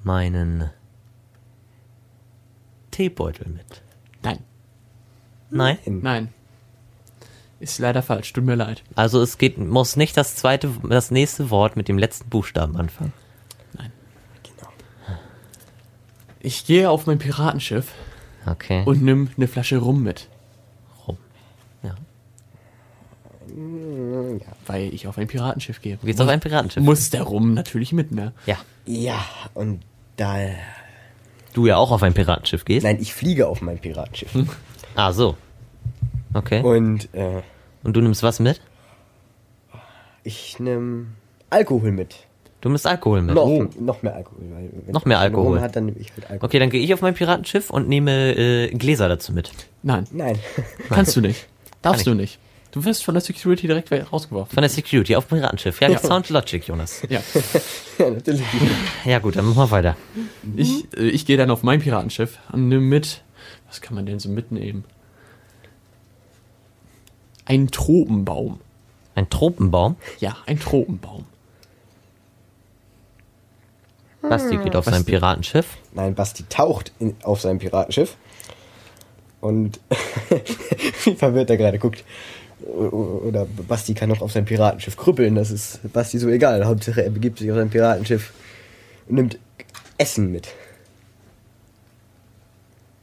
[SPEAKER 1] meinen Teebeutel mit.
[SPEAKER 2] Nein,
[SPEAKER 1] Nein?
[SPEAKER 2] nein. Ist leider falsch, tut mir leid.
[SPEAKER 1] Also es geht, muss nicht das zweite, das nächste Wort mit dem letzten Buchstaben anfangen.
[SPEAKER 3] Genau.
[SPEAKER 2] Ich gehe auf mein Piratenschiff
[SPEAKER 1] Okay.
[SPEAKER 2] und nimm eine Flasche Rum mit,
[SPEAKER 1] rum. Ja.
[SPEAKER 2] weil ich auf ein Piratenschiff gehe.
[SPEAKER 1] Du gehst auf ein Piratenschiff.
[SPEAKER 2] Muss der Rum natürlich mit, ne?
[SPEAKER 1] ja.
[SPEAKER 3] Ja, und da.
[SPEAKER 1] Du ja auch auf ein Piratenschiff gehst.
[SPEAKER 3] Nein, ich fliege auf mein Piratenschiff.
[SPEAKER 1] Ah, so. Okay.
[SPEAKER 3] Und äh,
[SPEAKER 1] Und du nimmst was mit?
[SPEAKER 3] ich nehme Alkohol mit.
[SPEAKER 1] Du nimmst Alkohol mit.
[SPEAKER 3] Noch, noch mehr Alkohol. Weil wenn
[SPEAKER 1] Oh. Noch mehr
[SPEAKER 3] man Rum
[SPEAKER 1] Alkohol.
[SPEAKER 3] Hat, dann nehme ich halt Alkohol.
[SPEAKER 1] Okay, dann gehe ich auf mein Piratenschiff und nehme äh, Gläser dazu mit.
[SPEAKER 2] Nein,
[SPEAKER 3] Nein.
[SPEAKER 2] kannst du nicht. Darfst
[SPEAKER 1] Kann
[SPEAKER 2] du nicht. Du wirst von der Security direkt we- rausgeworfen.
[SPEAKER 1] Von der Security auf dem Piratenschiff. Ja, das Sound Logic, Jonas.
[SPEAKER 2] Ja,
[SPEAKER 3] ja, natürlich.
[SPEAKER 1] Ja gut, dann machen wir weiter.
[SPEAKER 2] ich, äh, ich gehe dann auf mein Piratenschiff und nimm mit. Was kann man denn so mitnehmen? Ein Tropenbaum.
[SPEAKER 1] Ein Tropenbaum.
[SPEAKER 2] Ja, ein Tropenbaum.
[SPEAKER 1] Basti geht auf sein Piratenschiff.
[SPEAKER 3] Nein, Basti taucht in, auf seinem Piratenschiff. Und wie verwirrt er gerade guckt. O- Oder Basti kann auch auf sein Piratenschiff krüppeln, das ist Basti so egal. Hauptsache er begibt sich auf sein Piratenschiff und nimmt Essen mit.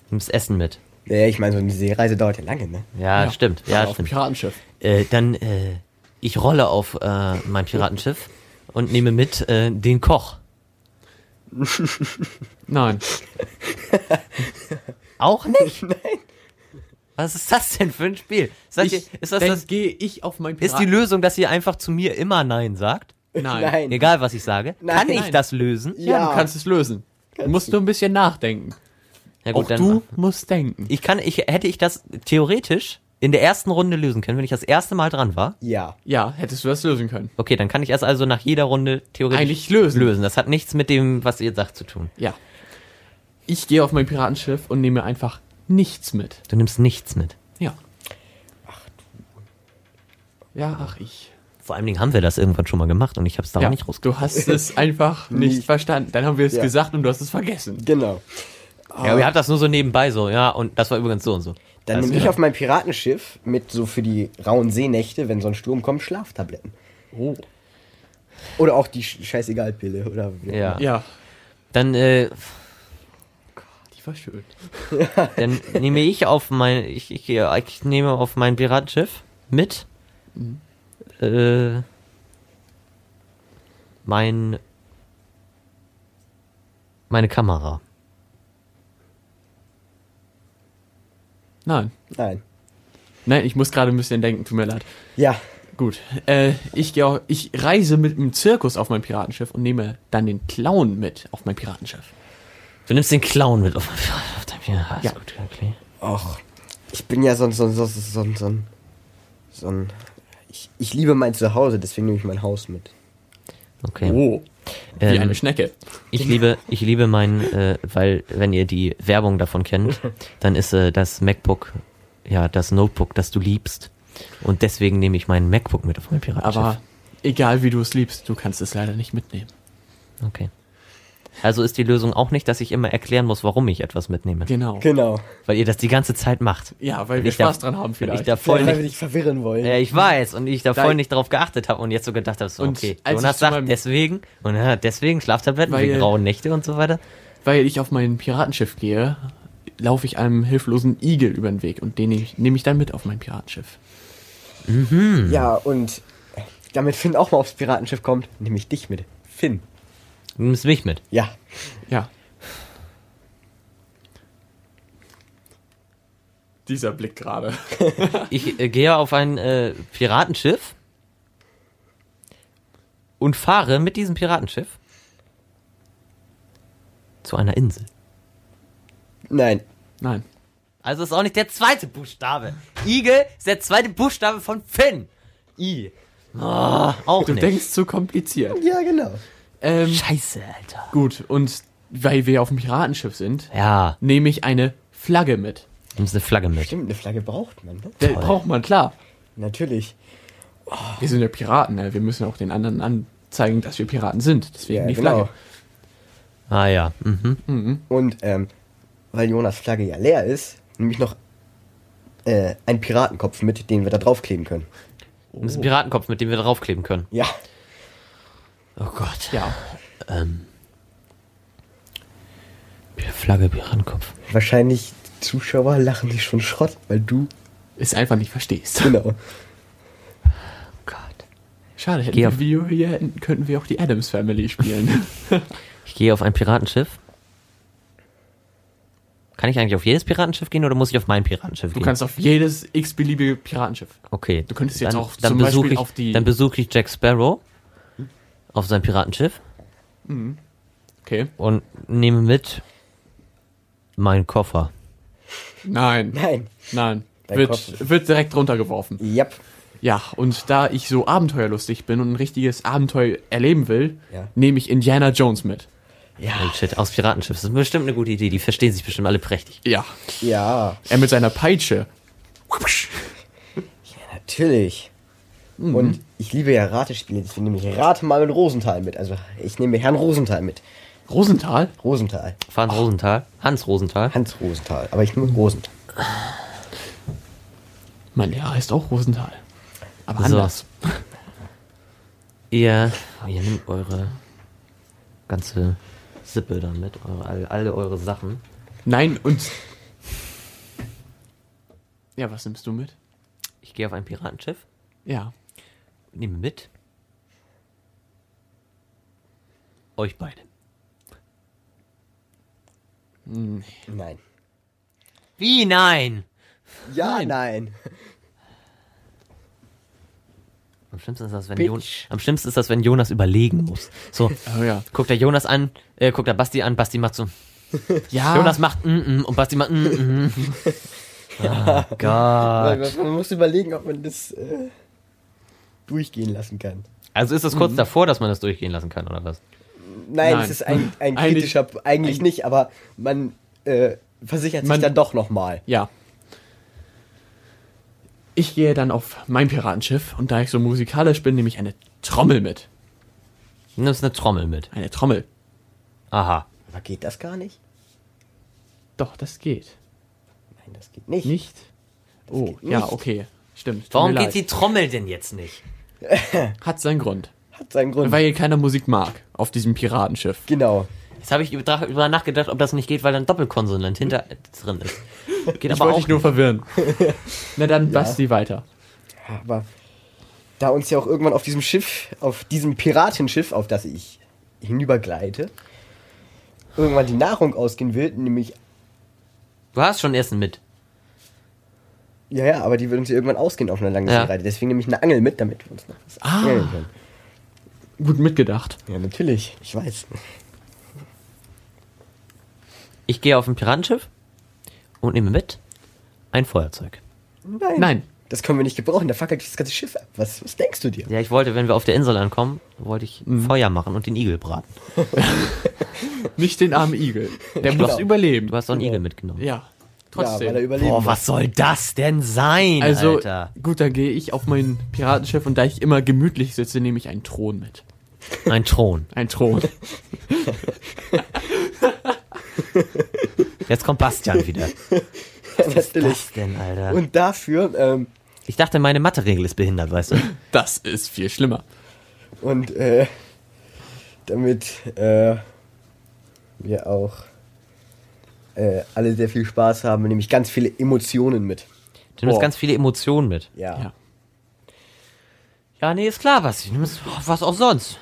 [SPEAKER 1] Du nimmst Essen mit.
[SPEAKER 3] Naja, ich meine, so eine Seereise dauert ja lange, ne?
[SPEAKER 1] Ja, stimmt. Ja,
[SPEAKER 2] auf dem
[SPEAKER 1] stimmt.
[SPEAKER 2] Piratenschiff.
[SPEAKER 1] Äh, dann, äh, ich rolle auf äh, mein Piratenschiff und nehme mit äh, den Koch.
[SPEAKER 2] Nein.
[SPEAKER 1] Auch nicht? Nein. Was ist das denn für ein Spiel? Seid
[SPEAKER 2] Ich,
[SPEAKER 1] ihr, ist, das
[SPEAKER 2] dann
[SPEAKER 1] das,
[SPEAKER 2] gehe ich auf mein
[SPEAKER 1] ist die Lösung, dass ihr einfach zu mir immer Nein sagt?
[SPEAKER 2] Nein.
[SPEAKER 1] Egal, was ich sage.
[SPEAKER 3] Nein.
[SPEAKER 1] Kann ich
[SPEAKER 2] Nein.
[SPEAKER 1] das lösen?
[SPEAKER 2] Ja,
[SPEAKER 3] Ja.
[SPEAKER 2] du kannst es lösen. Du musst nur ein bisschen nachdenken.
[SPEAKER 1] Ja,
[SPEAKER 2] Auch du musst denken.
[SPEAKER 1] Ich kann, ich, hätte ich das theoretisch in der ersten Runde lösen können, wenn ich das erste Mal dran war.
[SPEAKER 3] Ja.
[SPEAKER 2] Ja, hättest du das lösen können.
[SPEAKER 1] Okay, dann kann ich das also nach jeder Runde theoretisch
[SPEAKER 2] Eigentlich lösen.
[SPEAKER 1] lösen. Das hat nichts mit dem, was ihr sagt, zu tun.
[SPEAKER 2] Ja. Ich gehe auf mein Piratenschiff und nehme einfach nichts mit.
[SPEAKER 1] Du nimmst nichts mit.
[SPEAKER 2] Ja. Ja, ach ich.
[SPEAKER 1] Vor allen Dingen haben wir das irgendwann schon mal gemacht und ich habe es da
[SPEAKER 2] Ja,
[SPEAKER 1] auch nicht rausgekriegt.
[SPEAKER 2] du hast es einfach nicht
[SPEAKER 3] Nicht.
[SPEAKER 2] verstanden. Dann haben wir es
[SPEAKER 3] Ja.
[SPEAKER 2] gesagt und du hast es vergessen.
[SPEAKER 3] Genau.
[SPEAKER 2] Ah.
[SPEAKER 1] Ja, aber ihr habt das nur so nebenbei so, ja, und das war übrigens so und so.
[SPEAKER 3] Dann nehme ich auf mein Piratenschiff mit so für die rauen Seenächte, wenn so ein Sturm kommt, Schlaftabletten.
[SPEAKER 2] Oh.
[SPEAKER 3] Oder auch die sch- scheißegal Pille oder
[SPEAKER 1] Ja.
[SPEAKER 2] Ja,
[SPEAKER 1] Dann, äh,
[SPEAKER 2] die war schön.
[SPEAKER 1] dann nehme ich auf mein, ich, ich, gehe- ich nehme auf mein Piratenschiff mit, äh, mein, meine Kamera.
[SPEAKER 2] Nein.
[SPEAKER 3] Nein.
[SPEAKER 2] Nein, ich muss gerade ein bisschen denken, tut mir leid.
[SPEAKER 3] Ja.
[SPEAKER 2] Gut. Äh, ich, gehe auch, ich reise mit dem Zirkus auf mein Piratenschiff und nehme dann den Clown mit auf mein Piratenschiff.
[SPEAKER 1] Du nimmst den Clown mit auf, auf dein Piratenschiff.
[SPEAKER 2] Ja.
[SPEAKER 1] Ist gut, okay.
[SPEAKER 3] Och, ich bin ja so ein, so ein, so ein, so ein, so ein, so ein ich, ich liebe mein Zuhause, deswegen nehme ich mein Haus mit.
[SPEAKER 1] okay.
[SPEAKER 2] Oh. Wie
[SPEAKER 1] Ähm,
[SPEAKER 2] eine Schnecke.
[SPEAKER 1] ich liebe, ich liebe meinen, äh, weil wenn ihr die Werbung davon kennt, dann ist äh, das MacBook, ja, das Notebook, das du liebst. Und deswegen nehme ich meinen MacBook mit auf mein Piratenschiff.
[SPEAKER 2] Aber egal wie du es liebst, du kannst es leider nicht mitnehmen.
[SPEAKER 1] Okay. Also ist die Lösung auch nicht, dass ich immer erklären muss, warum ich etwas mitnehme.
[SPEAKER 2] Genau.
[SPEAKER 3] Genau.
[SPEAKER 1] Weil ihr das die ganze Zeit macht.
[SPEAKER 2] Ja, weil
[SPEAKER 1] Wenn
[SPEAKER 2] wir
[SPEAKER 1] ich da-
[SPEAKER 2] Spaß dran haben
[SPEAKER 1] Wenn ich
[SPEAKER 2] vielleicht.
[SPEAKER 1] da voll
[SPEAKER 3] ja, weil
[SPEAKER 1] nicht,
[SPEAKER 3] wir dich verwirren wollen.
[SPEAKER 1] ja, ich weiß und ich da
[SPEAKER 2] Da-
[SPEAKER 1] voll nicht drauf geachtet habe und jetzt so gedacht habe, so,
[SPEAKER 2] Und
[SPEAKER 1] okay,
[SPEAKER 2] als ich
[SPEAKER 1] Jonas
[SPEAKER 2] zu
[SPEAKER 1] sagt
[SPEAKER 2] meinem-
[SPEAKER 1] deswegen und ja, deswegen Schlaftabletten
[SPEAKER 2] Weil-
[SPEAKER 1] wegen grauen Nächte und so weiter.
[SPEAKER 2] Weil ich auf mein Piratenschiff gehe, laufe ich einem hilflosen Igel über den Weg und den nehme ich, nehme ich dann mit auf mein Piratenschiff.
[SPEAKER 3] Ja, und damit Finn auch mal aufs Piratenschiff kommt, nehme ich dich mit. Finn.
[SPEAKER 1] Du nimmst mich mit.
[SPEAKER 3] Ja.
[SPEAKER 2] Ja. Dieser Blick gerade.
[SPEAKER 1] Ich äh, gehe auf ein äh, Piratenschiff und fahre mit diesem Piratenschiff zu einer Insel.
[SPEAKER 3] Nein.
[SPEAKER 2] Nein.
[SPEAKER 1] Also ist auch nicht der zweite Buchstabe. Igel ist der zweite Buchstabe von Finn. I. Oh, auch
[SPEAKER 2] Du
[SPEAKER 1] nicht.
[SPEAKER 2] denkst zu kompliziert.
[SPEAKER 3] Ja, genau.
[SPEAKER 2] Ähm,
[SPEAKER 1] Scheiße, Alter.
[SPEAKER 2] gut, und weil wir auf dem Piratenschiff sind,
[SPEAKER 1] Ja,
[SPEAKER 2] nehme ich eine Flagge mit.
[SPEAKER 1] nimmst eine Flagge mit.
[SPEAKER 3] Stimmt, eine Flagge braucht man, ne?
[SPEAKER 2] Da
[SPEAKER 1] Toll.
[SPEAKER 2] braucht man, klar.
[SPEAKER 3] Natürlich.
[SPEAKER 2] Wir sind ja Piraten, ne? wir müssen auch den anderen anzeigen, dass wir Piraten sind. Deswegen
[SPEAKER 3] Ja,
[SPEAKER 2] die
[SPEAKER 3] genau.
[SPEAKER 2] Flagge.
[SPEAKER 1] Ah ja. Mhm.
[SPEAKER 3] Und ähm, weil Jonas Flagge ja leer ist, nehme ich noch äh, einen Piratenkopf mit, den wir da draufkleben können.
[SPEAKER 1] Nimmst einen Piratenkopf, mit dem wir draufkleben können.
[SPEAKER 3] Ja.
[SPEAKER 1] Oh Gott.
[SPEAKER 2] Ja,
[SPEAKER 1] Flagge, Piratenkopf.
[SPEAKER 3] Wahrscheinlich die Zuschauer lachen sich schon Schrott, weil du.
[SPEAKER 2] ist einfach nicht verstehst.
[SPEAKER 3] Genau.
[SPEAKER 1] Oh Gott.
[SPEAKER 2] Schade, hätten
[SPEAKER 1] Geh
[SPEAKER 2] wir
[SPEAKER 1] auf-
[SPEAKER 2] Video hier, hätten, könnten wir auch die Adams Family spielen.
[SPEAKER 1] Ich gehe auf ein Piratenschiff. Kann ich eigentlich auf jedes Piratenschiff gehen oder muss ich auf mein Piratenschiff
[SPEAKER 2] Du
[SPEAKER 1] gehen?
[SPEAKER 2] kannst auf jedes x-beliebige Piratenschiff.
[SPEAKER 1] Okay.
[SPEAKER 2] Du könntest jetzt auch
[SPEAKER 1] dann
[SPEAKER 2] zum
[SPEAKER 1] besuche
[SPEAKER 2] Beispiel
[SPEAKER 1] ich,
[SPEAKER 2] auf die-
[SPEAKER 1] Dann besuche ich Jack Sparrow auf sein Piratenschiff
[SPEAKER 2] Okay.
[SPEAKER 1] und nehme mit meinen Koffer.
[SPEAKER 2] Nein,
[SPEAKER 3] Nein.
[SPEAKER 2] nein.
[SPEAKER 3] Dein Kopf.
[SPEAKER 2] Wird, wird direkt runtergeworfen.
[SPEAKER 3] Yep.
[SPEAKER 2] Ja, und da ich so abenteuerlustig bin und ein richtiges Abenteuer erleben will,
[SPEAKER 3] Ja.
[SPEAKER 2] nehme ich Indiana Jones mit.
[SPEAKER 1] Oh shit, aus Piratenschiff. Das ist bestimmt eine gute Idee. Die verstehen sich bestimmt alle prächtig.
[SPEAKER 2] Ja.
[SPEAKER 3] Ja,
[SPEAKER 2] Er mit seiner Peitsche.
[SPEAKER 3] natürlich. Und ich liebe ja Ratespiele, deswegen nehme ich Rate mal mit Rosenthal mit. Also ich nehme Herrn Rosenthal mit.
[SPEAKER 2] Rosenthal?
[SPEAKER 3] Rosenthal.
[SPEAKER 1] Franz Rosenthal. Hans Rosenthal.
[SPEAKER 3] Hans Rosenthal. Aber ich nehme Rosenthal.
[SPEAKER 2] Mein Lehrer heißt auch Rosenthal. Aber
[SPEAKER 1] So.
[SPEAKER 2] anders.
[SPEAKER 1] Ihr, ihr nehmt eure ganze Sippe dann mit. Eure, all, alle eure Sachen.
[SPEAKER 2] Nein, und. Ja, was nimmst du mit?
[SPEAKER 1] Ich gehe auf ein Piratenschiff.
[SPEAKER 2] Ja.
[SPEAKER 1] Nehme mit. Euch beide.
[SPEAKER 3] Nein.
[SPEAKER 1] Wie? Nein!
[SPEAKER 3] Ja, nein.
[SPEAKER 1] Am schlimmsten ist das, wenn, Jon Am schlimmsten ist das, wenn Jonas überlegen muss. So,
[SPEAKER 2] Oh ja.
[SPEAKER 1] guckt er Jonas an, äh, guckt er Basti an, Basti macht so.
[SPEAKER 2] Ja.
[SPEAKER 1] Jonas macht mm -mm, und Basti macht mm -mm. oh Gott.
[SPEAKER 3] Man, man muss überlegen, ob man das äh, durchgehen lassen kann.
[SPEAKER 1] Also ist es kurz davor, dass man das durchgehen lassen kann, oder was?
[SPEAKER 3] Nein,
[SPEAKER 2] Nein.
[SPEAKER 3] es ist ein, ein
[SPEAKER 2] Eigentlich-
[SPEAKER 3] kritischer, eigentlich, nicht, aber man äh, versichert
[SPEAKER 2] Man-
[SPEAKER 3] sich dann doch nochmal.
[SPEAKER 2] Ja. Ich gehe dann auf mein Piratenschiff und da ich so musikalisch bin, nehme ich eine Trommel mit.
[SPEAKER 1] Du nimmst eine Trommel mit.
[SPEAKER 2] Eine Trommel.
[SPEAKER 1] Aha.
[SPEAKER 3] Aber geht das gar nicht?
[SPEAKER 2] Doch, das geht.
[SPEAKER 3] Nein, das geht nicht.
[SPEAKER 2] Nicht? Oh,
[SPEAKER 3] geht
[SPEAKER 2] ja,
[SPEAKER 3] nicht.
[SPEAKER 2] okay. Stimmt. tut
[SPEAKER 1] Warum
[SPEAKER 2] mir
[SPEAKER 1] geht die
[SPEAKER 2] leid.
[SPEAKER 1] Trommel denn jetzt nicht?
[SPEAKER 2] Hat seinen Grund.
[SPEAKER 3] Hat seinen Grund.
[SPEAKER 2] Weil hier keiner Musik mag auf diesem Piratenschiff.
[SPEAKER 3] genau.
[SPEAKER 1] Jetzt habe ich über- drüber nachgedacht, ob das nicht geht, weil dann Doppelkonsonant hinter äh, drin ist. Geht
[SPEAKER 2] Ich
[SPEAKER 1] aber
[SPEAKER 2] wollte
[SPEAKER 1] auch
[SPEAKER 2] dich nur verwirren. Na dann, Basti, weiter.
[SPEAKER 3] Ja, aber da uns ja auch irgendwann auf diesem Schiff, auf diesem Piratenschiff, auf das ich hinübergleite, irgendwann die Nahrung ausgehen will, nämlich,
[SPEAKER 1] Du hast schon Essen mit.
[SPEAKER 3] ja, ja, aber die wird uns ja irgendwann ausgehen auf einer langen
[SPEAKER 1] Ja.
[SPEAKER 3] Seereise. Deswegen nehme ich eine Angel mit, damit wir uns noch was
[SPEAKER 2] Ah.
[SPEAKER 3] angeln können.
[SPEAKER 2] Gut mitgedacht.
[SPEAKER 3] Ja, natürlich, ich weiß.
[SPEAKER 1] Ich gehe auf ein Piratenschiff und nehme mit ein Feuerzeug.
[SPEAKER 3] Nein.
[SPEAKER 2] Nein.
[SPEAKER 3] das können wir nicht gebrauchen, da fackelt das ganze Schiff ab. Was, was denkst du dir?
[SPEAKER 1] Ja, ich wollte, wenn wir auf der Insel ankommen, wollte ich Feuer machen und den Igel braten.
[SPEAKER 2] Nicht den armen Igel. Der muss
[SPEAKER 3] Genau.
[SPEAKER 2] überleben.
[SPEAKER 1] Du hast doch einen Igel mitgenommen.
[SPEAKER 2] Ja,
[SPEAKER 3] Ja,
[SPEAKER 2] trotzdem.
[SPEAKER 3] weil er überleben
[SPEAKER 1] Boah,
[SPEAKER 3] muss.
[SPEAKER 1] was soll das denn sein,
[SPEAKER 2] also,
[SPEAKER 1] Alter?
[SPEAKER 2] gut, dann gehe ich auf mein Piratenschiff und da ich immer gemütlich sitze, nehme ich einen Thron mit.
[SPEAKER 1] Ein Thron.
[SPEAKER 2] Ein Thron.
[SPEAKER 1] Jetzt kommt Bastian wieder.
[SPEAKER 3] Natürlich.
[SPEAKER 1] Was denn, Alter?
[SPEAKER 3] Und dafür, ähm,
[SPEAKER 1] ich dachte, meine Mathe-Regel ist behindert, weißt du?
[SPEAKER 2] Das ist viel schlimmer.
[SPEAKER 3] und äh, damit äh, wir auch äh, alle sehr viel Spaß haben, nehme ich ganz viele Emotionen mit.
[SPEAKER 1] Du nimmst
[SPEAKER 2] Boah.
[SPEAKER 1] ganz viele Emotionen mit.
[SPEAKER 3] Ja.
[SPEAKER 2] Ja.
[SPEAKER 1] Ja, nee, ist klar, was. Ich nehme es- was auch sonst.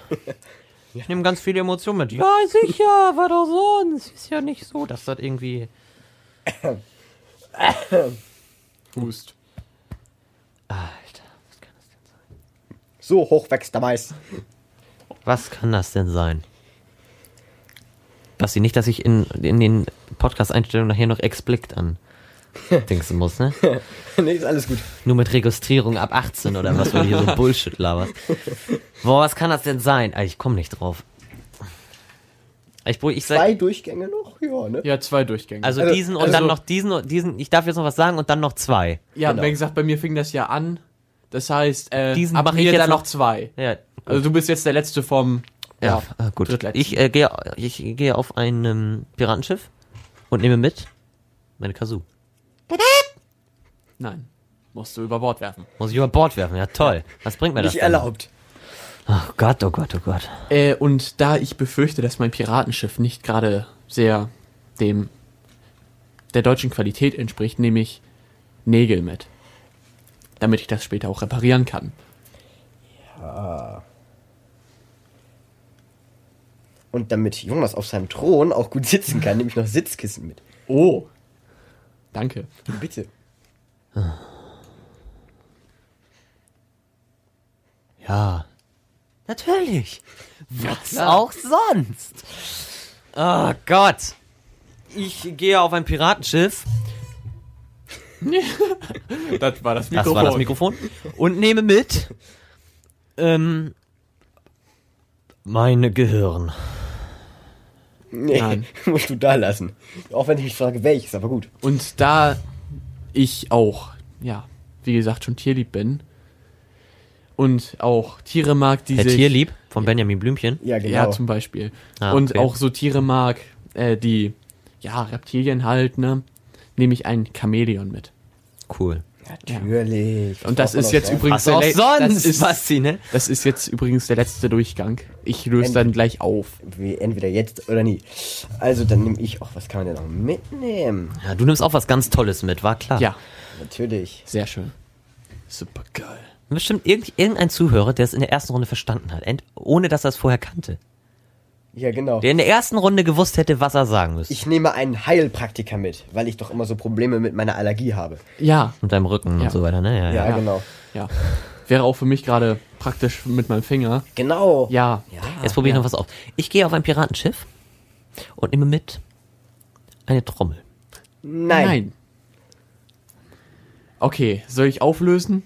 [SPEAKER 1] Ich nehme ganz viele Emotionen mit. Ja, sicher, was auch sonst. Ist ja nicht so, dass das irgendwie.
[SPEAKER 2] Hust.
[SPEAKER 1] Alter, was kann das denn sein?
[SPEAKER 3] So hoch wächst der Mais.
[SPEAKER 1] Was kann das denn sein? Basti, nicht, dass ich in, in den Podcast-Einstellungen nachher noch explikt an denken muss, ne?
[SPEAKER 3] nee, ist alles gut.
[SPEAKER 1] Nur mit Registrierung ab 18 oder was, wenn du hier so Bullshit laberst. Boah, was kann das denn sein? Alter, ich komme nicht drauf. Ich, bru- ich sag,
[SPEAKER 3] Zwei Durchgänge noch? Ja, ne?
[SPEAKER 2] Ja, zwei Durchgänge.
[SPEAKER 1] also,
[SPEAKER 3] also-
[SPEAKER 1] diesen und
[SPEAKER 2] also-
[SPEAKER 1] dann noch diesen und diesen. Ich darf jetzt noch was sagen und dann noch zwei.
[SPEAKER 2] ja,
[SPEAKER 3] genau.
[SPEAKER 2] wie gesagt, bei mir fing das ja an. Das heißt, äh,
[SPEAKER 1] Diesen
[SPEAKER 2] ab
[SPEAKER 1] mach ich
[SPEAKER 2] mir
[SPEAKER 1] jetzt
[SPEAKER 2] dann
[SPEAKER 1] noch-
[SPEAKER 2] noch zwei.
[SPEAKER 1] Ja,
[SPEAKER 2] Also du bist jetzt der letzte vom.
[SPEAKER 1] ja, äh, gut.
[SPEAKER 2] Drittletzten.
[SPEAKER 1] Ich äh, gehe ich gehe auf ein ähm, Piratenschiff und nehme mit meine Kazoo.
[SPEAKER 2] Nein. Musst du über Bord werfen.
[SPEAKER 1] Muss ich über Bord werfen. Ja, toll. Was bringt mir das?
[SPEAKER 3] Nicht
[SPEAKER 1] denn?
[SPEAKER 3] erlaubt.
[SPEAKER 1] Ach Gott, oh Gott, oh Gott.
[SPEAKER 2] Äh, und da ich befürchte, dass mein Piratenschiff nicht gerade sehr dem der deutschen Qualität entspricht, nehme ich Nägel mit. Damit ich das später auch reparieren kann.
[SPEAKER 3] Und damit Jonas auf seinem Thron auch gut sitzen kann, nehme ich noch Sitzkissen mit.
[SPEAKER 2] Oh. Danke.
[SPEAKER 3] Bitte.
[SPEAKER 1] Ja. Natürlich. Was auch sonst. Oh Gott. Ich gehe auf ein Piratenschiff.
[SPEAKER 2] Das war das
[SPEAKER 1] Das war das Mikrofon. Und nehme mit. Ähm. Meine Gehirn.
[SPEAKER 3] Nee,
[SPEAKER 2] Nein.
[SPEAKER 3] musst du da lassen. Auch wenn ich mich frage, welches, aber gut.
[SPEAKER 2] Und da ich auch, ja, wie gesagt, schon tierlieb bin und auch Tiere mag, die
[SPEAKER 1] Der
[SPEAKER 2] sich...
[SPEAKER 1] Tierlieb von Benjamin Blümchen.
[SPEAKER 3] Ja,
[SPEAKER 2] Ja,
[SPEAKER 3] genau.
[SPEAKER 2] zum Beispiel.
[SPEAKER 1] Ah,
[SPEAKER 2] und
[SPEAKER 1] okay.
[SPEAKER 2] auch so Tiere mag, äh, die, ja, Reptilien halt, ne, nehme ich ein Chamäleon mit.
[SPEAKER 1] Cool.
[SPEAKER 3] Natürlich.
[SPEAKER 2] Und das
[SPEAKER 3] Was
[SPEAKER 2] ist
[SPEAKER 3] soll
[SPEAKER 2] jetzt
[SPEAKER 3] das sein?
[SPEAKER 2] übrigens
[SPEAKER 1] Was auch
[SPEAKER 2] le- das
[SPEAKER 1] sonst,
[SPEAKER 2] ist,
[SPEAKER 1] Basti, ne?
[SPEAKER 2] das ist jetzt übrigens der letzte Durchgang. Ich löse
[SPEAKER 3] End-
[SPEAKER 2] dann gleich auf.
[SPEAKER 3] Wie, entweder jetzt oder nie. Also, dann nehme ich auch, was kann man denn noch mitnehmen?
[SPEAKER 1] Ja, du nimmst auch was ganz Tolles mit, war klar.
[SPEAKER 2] Ja,
[SPEAKER 3] Natürlich.
[SPEAKER 2] sehr schön. Super geil.
[SPEAKER 1] Bestimmt irgend, irgendein Zuhörer, der es in der ersten Runde verstanden hat, ent- ohne dass er es vorher kannte.
[SPEAKER 3] Ja, genau.
[SPEAKER 1] Der in der ersten Runde gewusst hätte, was er sagen müsste.
[SPEAKER 3] Ich nehme einen Heilpraktiker mit, weil ich doch immer so Probleme mit meiner Allergie habe.
[SPEAKER 2] Ja,
[SPEAKER 1] Mit deinem Rücken
[SPEAKER 2] Ja.
[SPEAKER 1] und so weiter, ne? Ja, ja.
[SPEAKER 3] Ja,
[SPEAKER 2] Ja.
[SPEAKER 3] genau.
[SPEAKER 2] ja. Wäre auch für mich gerade praktisch mit meinem Finger.
[SPEAKER 3] Genau.
[SPEAKER 2] Ja.
[SPEAKER 1] Jetzt probiere ich
[SPEAKER 2] ja.
[SPEAKER 1] noch was auf. Ich gehe auf ein Piratenschiff und nehme mit eine Trommel.
[SPEAKER 3] Nein.
[SPEAKER 2] Nein. Okay, soll ich auflösen?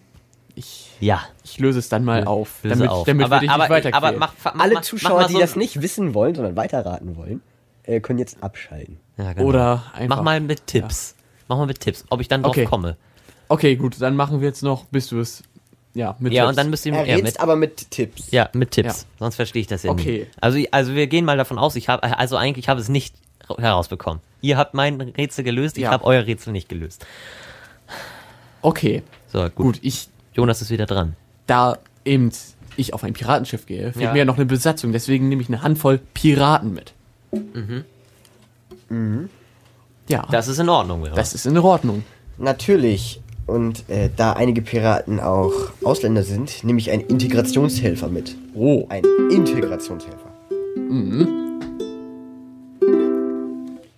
[SPEAKER 2] Ich,
[SPEAKER 1] Ja.
[SPEAKER 2] ich löse es dann mal auf.
[SPEAKER 1] löse
[SPEAKER 2] damit
[SPEAKER 1] auf.
[SPEAKER 2] damit
[SPEAKER 1] aber,
[SPEAKER 2] würde ich
[SPEAKER 1] aber,
[SPEAKER 2] nicht weiterquälen.
[SPEAKER 1] aber mach, mach,
[SPEAKER 3] Alle
[SPEAKER 1] mach,
[SPEAKER 3] Zuschauer,
[SPEAKER 1] mach mal
[SPEAKER 3] die
[SPEAKER 1] so,
[SPEAKER 3] das nicht wissen wollen, sondern weiterraten wollen, äh, können jetzt abschalten.
[SPEAKER 1] Ja, genau.
[SPEAKER 2] Oder einfach.
[SPEAKER 1] Mach mal mit Tipps. Mach mal mit Tipps, ob ich dann drauf
[SPEAKER 2] Okay.
[SPEAKER 1] komme.
[SPEAKER 2] Okay, gut, dann machen wir jetzt noch, bis du es. Ja, mit
[SPEAKER 1] Ja,
[SPEAKER 2] Tipps. Äh,
[SPEAKER 1] und dann müsst ihr
[SPEAKER 3] Er
[SPEAKER 1] ja,
[SPEAKER 3] rätst
[SPEAKER 1] mit,
[SPEAKER 3] aber mit Tipps.
[SPEAKER 1] ja, mit Tipps.
[SPEAKER 2] Ja.
[SPEAKER 1] Sonst verstehe ich das ja
[SPEAKER 2] Okay.
[SPEAKER 1] nicht. Also, also wir gehen mal davon aus, ich habe also eigentlich habe es nicht herausbekommen. Ihr habt mein Rätsel gelöst, ich
[SPEAKER 2] Ja.
[SPEAKER 1] habe euer Rätsel nicht gelöst.
[SPEAKER 2] Okay,
[SPEAKER 1] So, gut.
[SPEAKER 2] gut, ich.
[SPEAKER 1] Jonas ist wieder dran.
[SPEAKER 2] Da eben ich auf ein Piratenschiff gehe, fehlt
[SPEAKER 1] Ja.
[SPEAKER 2] mir ja noch eine Besatzung, deswegen nehme ich eine Handvoll Piraten mit. Mhm. Ja, das,
[SPEAKER 1] Das ist in Ordnung, Vera.
[SPEAKER 2] ist in Ordnung.
[SPEAKER 3] Natürlich. Und äh, da einige Piraten auch Ausländer sind, nehme ich einen Integrationshelfer mit.
[SPEAKER 2] Oh.
[SPEAKER 3] Ein Integrationshelfer.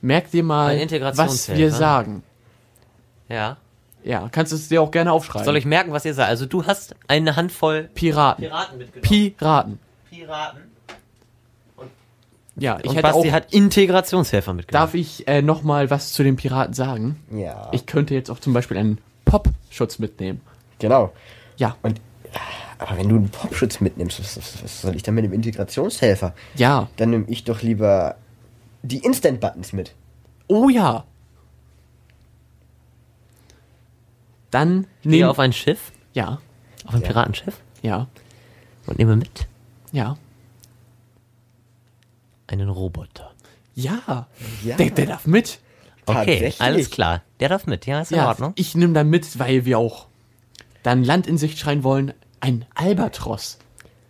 [SPEAKER 2] Merk dir mal,
[SPEAKER 1] Ein
[SPEAKER 2] was
[SPEAKER 1] Integrationshelfer.
[SPEAKER 2] wir sagen.
[SPEAKER 1] ja.
[SPEAKER 2] Ja, kannst du es dir auch gerne aufschreiben.
[SPEAKER 1] Soll ich merken, was ihr sagt? Also du hast eine Handvoll
[SPEAKER 2] Piraten.
[SPEAKER 1] Piraten mitgenommen.
[SPEAKER 2] Piraten.
[SPEAKER 1] Piraten.
[SPEAKER 2] Ja, ich
[SPEAKER 1] Und
[SPEAKER 2] hätte
[SPEAKER 1] Basti
[SPEAKER 2] auch,
[SPEAKER 1] hat Integrationshelfer mitgenommen.
[SPEAKER 2] Darf ich äh, noch mal was zu den Piraten sagen?
[SPEAKER 3] Ja.
[SPEAKER 2] Ich könnte jetzt auch zum Beispiel einen Popschutz mitnehmen.
[SPEAKER 3] Genau.
[SPEAKER 2] Ja.
[SPEAKER 3] Und, aber wenn du einen Popschutz mitnimmst, was, was, was soll ich dann mit dem Integrationshelfer?
[SPEAKER 2] Ja.
[SPEAKER 3] Dann nehme ich doch lieber die Instant-Buttons mit.
[SPEAKER 2] Oh ja. Dann
[SPEAKER 1] Geh
[SPEAKER 2] nehmen
[SPEAKER 1] auf ein Schiff,
[SPEAKER 2] Ja,
[SPEAKER 1] auf ein Piratenschiff
[SPEAKER 2] ja,
[SPEAKER 1] und nehme mit
[SPEAKER 2] ja.
[SPEAKER 1] einen Roboter.
[SPEAKER 2] Ja.
[SPEAKER 3] Ja.
[SPEAKER 2] Der, der darf mit.
[SPEAKER 1] Okay,
[SPEAKER 3] Tatsächlich.
[SPEAKER 1] alles klar. Der darf mit, ja, ist in
[SPEAKER 2] Ja,
[SPEAKER 1] Ordnung.
[SPEAKER 2] ich nehme da mit, weil wir auch dann Land in Sicht schreien wollen. Ein Albatros.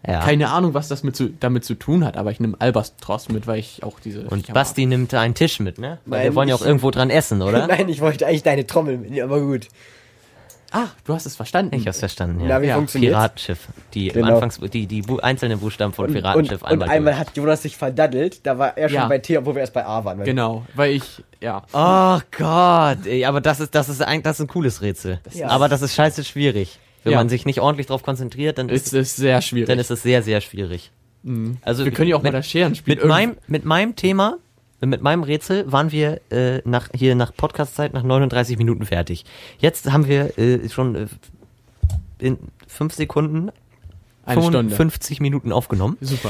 [SPEAKER 1] Ja.
[SPEAKER 2] Keine Ahnung, was das mit zu, damit zu tun hat, aber ich nehme Albatros mit, weil ich auch diese.
[SPEAKER 1] und
[SPEAKER 2] ich hab-
[SPEAKER 1] Basti nimmt einen Tisch mit, ne? Weil
[SPEAKER 3] Nein,
[SPEAKER 1] wir wollen ja
[SPEAKER 3] ich-
[SPEAKER 1] auch irgendwo dran essen, oder?
[SPEAKER 3] Nein, ich wollte eigentlich deine Trommel mitnehmen, aber gut.
[SPEAKER 2] Ah, du hast es verstanden.
[SPEAKER 1] Ich hab's verstanden, ja.
[SPEAKER 3] Na, wie
[SPEAKER 2] Ja,
[SPEAKER 3] funktioniert's?
[SPEAKER 1] Piratenschiff. Die
[SPEAKER 3] Genau.
[SPEAKER 1] Anfangs die, die Bu einzelnen Buchstaben von Piratenschiff
[SPEAKER 3] und, und
[SPEAKER 1] einmal.
[SPEAKER 3] einmal hat Jonas sich verdaddelt, da war er schon
[SPEAKER 2] Ja.
[SPEAKER 3] bei T, obwohl wir erst bei A waren. Weil-
[SPEAKER 2] Genau, weil ich. Ja.
[SPEAKER 1] durch. Oh Gott, ey, aber das ist, das ist ein, das ist ein cooles Rätsel.
[SPEAKER 3] Ja.
[SPEAKER 1] Aber das ist scheiße schwierig. Wenn
[SPEAKER 2] Ja.
[SPEAKER 1] man sich nicht ordentlich drauf konzentriert, dann ist,
[SPEAKER 2] Es ist sehr schwierig. Mhm.
[SPEAKER 1] dann ist es sehr, sehr schwierig. Also,
[SPEAKER 2] wir können ja auch
[SPEAKER 1] mit,
[SPEAKER 2] mal das Scheren spielen.
[SPEAKER 1] mit meinem, mit meinem Thema, mit meinem Rätsel waren wir äh, nach, hier nach Podcast-Zeit nach 39 Minuten fertig. Jetzt haben wir äh, schon äh, in 5 Sekunden
[SPEAKER 2] Eine Stunde.
[SPEAKER 1] 50 Minuten aufgenommen.
[SPEAKER 2] Super.